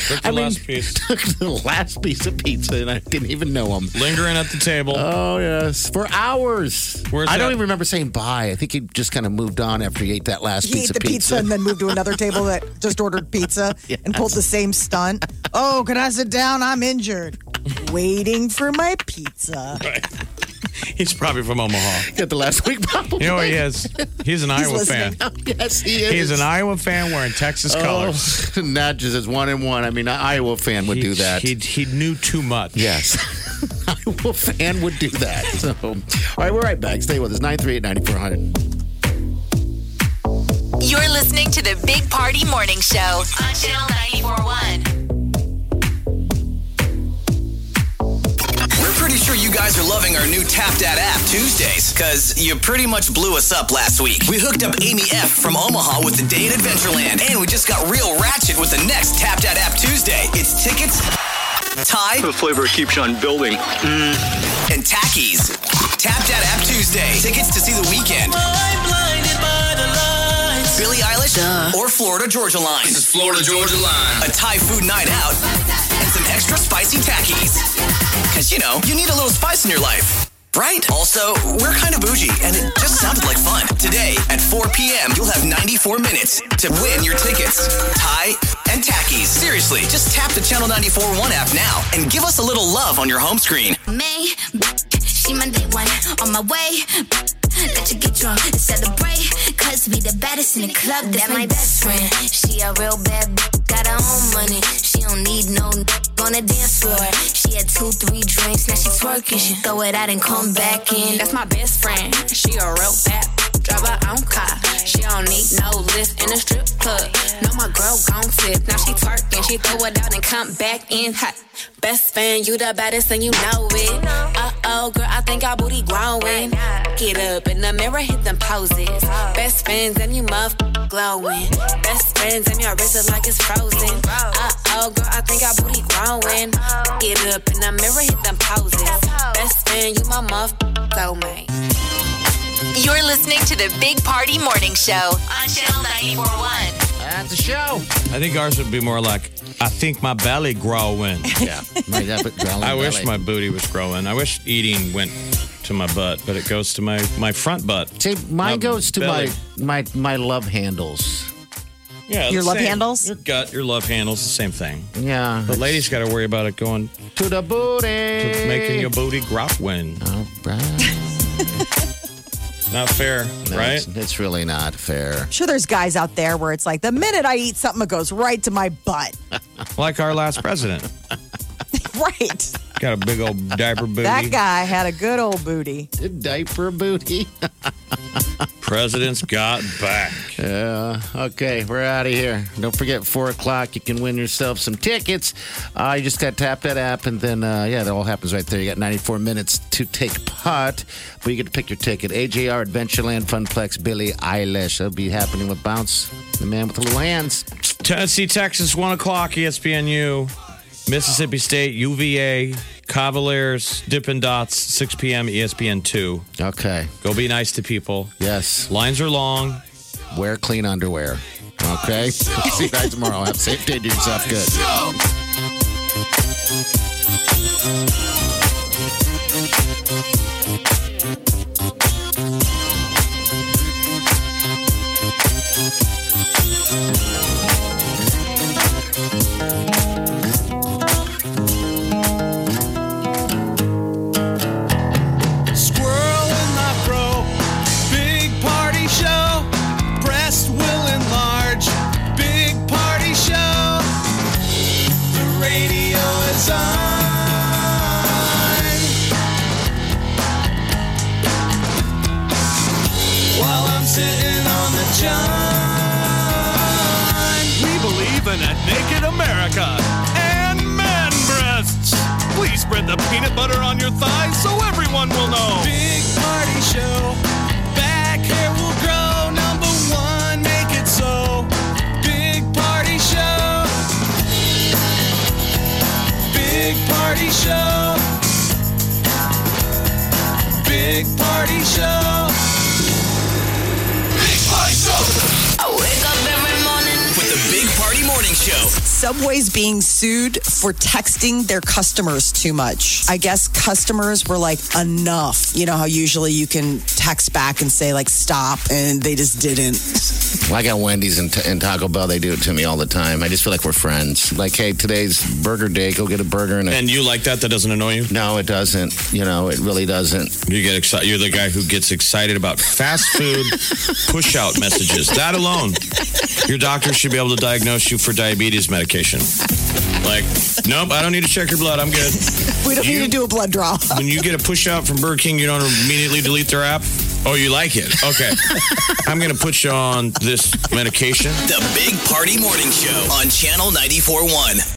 [SPEAKER 6] Took the last piece.
[SPEAKER 5] took the last piece of pizza, and I didn't even know him.
[SPEAKER 6] Lingering at the table.
[SPEAKER 5] Oh yes, for hours.
[SPEAKER 6] Where's
[SPEAKER 5] I don't
[SPEAKER 6] that-
[SPEAKER 5] even remember saying bye. I think he just kind of moved on after he ate that last
[SPEAKER 4] He
[SPEAKER 5] piece
[SPEAKER 4] ate
[SPEAKER 5] of
[SPEAKER 4] the pizza. and then moved to another table that just ordered pizza and pulled the same stunt. Oh, can I sit down? I'm injured. Waiting for my pizza.
[SPEAKER 6] He's probably from Omaha.
[SPEAKER 5] Get the last week probably. Oh,
[SPEAKER 6] You know he is. He's an Iowa
[SPEAKER 4] listening. Oh,
[SPEAKER 6] fan.
[SPEAKER 5] yes, he is.
[SPEAKER 6] He's an Iowa fan wearing Texas colors.
[SPEAKER 5] Oh, not just as one and one. I mean, an Iowa fan would do that.
[SPEAKER 6] He, he knew too much.
[SPEAKER 5] yes. Iowa fan would do that. So, all right, we're right back. Stay with us. 938 9400.
[SPEAKER 3] You're listening to the Big Party Morning Show on Channel 941.
[SPEAKER 2] We're pretty sure you guys are loving our new Tap That app Tuesdays, because you pretty much blew us up last week. We hooked up Amy F. from Omaha with the day in Adventureland, and we just got real ratchet with the next Tap That app Tuesday. It's tickets, tie,
[SPEAKER 11] The flavor keeps on building.
[SPEAKER 2] Mm. and tackies. Tap that app Tuesday. Tickets to see the weekend. Billie Eilish or Florida Georgia Line. This is Florida Georgia Line. A Thai food night out and some extra spicy tackies. Cause you know you need a little spice in your life,
[SPEAKER 12] right? Also, we're kind of bougie, and it just sounded like fun. Today at 4 p.m., you'll have 94 minutes to win your tickets. Tie and tackies. Seriously, just tap the Channel 94 One app now and give us a little love on your home screen.
[SPEAKER 13] May, she my day one on my way. Let you get drunk and celebrate. Cause we the baddest in the club. That my best friend. She a real bad b- got her own money. She don't need no n- on the dance floor. She had two, three drinks, now she twerking. She throw it out and come back in.
[SPEAKER 3] That's my best friend. She a real bad b- drive her own car. She don't need no lift in a strip club. No, my girl gon' tip. Now she twerking. She throw it out and come back in hot. Best fan, you the baddest and you know it. Uh oh, girl, I think our booty growing. Get up in the mirror, hit them poses. Best friends and you muff glowing. Best friends and your wrist is like it's frozen. Uh oh, girl, I think our booty growing. Get up in the mirror, hit them poses. Best friend, you my muff glowing.
[SPEAKER 14] You're listening to the Big Party Morning Show on Channel 941.
[SPEAKER 5] That's a show.
[SPEAKER 6] I think ours would be more like, I think my belly growing.
[SPEAKER 5] Yeah. Like that, but growling
[SPEAKER 6] I wish
[SPEAKER 5] belly.
[SPEAKER 6] my booty was growing. I wish eating went to my butt, but it goes to my, my front butt.
[SPEAKER 5] See, mine
[SPEAKER 6] my
[SPEAKER 5] goes to
[SPEAKER 6] belly.
[SPEAKER 5] my my my love handles.
[SPEAKER 6] Yeah,
[SPEAKER 4] Your
[SPEAKER 6] the
[SPEAKER 4] love
[SPEAKER 6] same.
[SPEAKER 4] handles?
[SPEAKER 6] Your gut, your love handles, the same thing.
[SPEAKER 5] Yeah.
[SPEAKER 6] But ladies got to worry about it going
[SPEAKER 5] to the booty.
[SPEAKER 6] to making your booty growing.
[SPEAKER 5] All right.
[SPEAKER 6] Not fair,
[SPEAKER 5] No,
[SPEAKER 6] right?
[SPEAKER 5] It's, it's really not fair.
[SPEAKER 4] I'm sure there's guys out there where it's like the minute I eat something, it goes right to my butt.
[SPEAKER 6] Like our last president.
[SPEAKER 4] right.
[SPEAKER 6] Got a big old diaper booty.
[SPEAKER 4] That guy had a good old booty.
[SPEAKER 5] Diaper booty.
[SPEAKER 6] President's got back.
[SPEAKER 5] Yeah. Okay, we're out of here. Don't forget, four o'clock. You can win yourself some tickets. Uh, you just got to tap that app, and then uh, yeah, that all happens right there. You got 94 minutes to take part, but you get to pick your ticket. AJR Adventureland Funplex Billy Eilish. That'll be happening with Bounce, the man with the little hands.
[SPEAKER 6] Tennessee, Texas, 1 o'clock, E ESPNU. Mississippi State, UVA, Cavaliers, Dippin' Dots, 6 p.m., ESPN 2.
[SPEAKER 5] Okay.
[SPEAKER 6] Go be nice to people.
[SPEAKER 5] Yes.
[SPEAKER 6] Lines are long.
[SPEAKER 5] Wear clean underwear. Okay. See you guys tomorrow. Have a safe day. Do yourself good.
[SPEAKER 2] Squirrel in my fro. Big party show. Breast will enlarge. Big party show. The radio is on. While I'm sitting on the john.
[SPEAKER 15] We believe in a naked America and man breasts. Please spread the peanut butter on your thighs so everyone will know.
[SPEAKER 2] Big party show. Back hair will grow. Number one, make it so. Big party show. Big party show. Big party show. Big party show.
[SPEAKER 13] I wake up every morning.
[SPEAKER 12] With the Big Party Morning Show.
[SPEAKER 4] Subway's being sued for texting their customers too much. I guess customers were like, enough. You know how usually you can text back and say, like, stop, and they just didn't.
[SPEAKER 5] Like at Wendy's and, and Taco Bell, they do it to me all the time. I just feel like we're friends. Like, hey, today's burger day. Go get a burger and a.
[SPEAKER 6] And you like that? That doesn't annoy you?
[SPEAKER 5] no, it doesn't. You know, it really doesn't.
[SPEAKER 6] You get excited. You're the guy who gets excited about fast food push out messages. That alone, your doctor should be able to diagnose you for diabetes medication. Like, nope, I don't need to check your blood. I'm good.
[SPEAKER 4] We don't
[SPEAKER 6] You-
[SPEAKER 4] need to do a blood draw.
[SPEAKER 6] When you get a push out from Burger King, you don't immediately delete their app. Oh, you like it? Okay. I'm going to put you on this medication.
[SPEAKER 12] The Big Party Morning Show on Channel 94.1.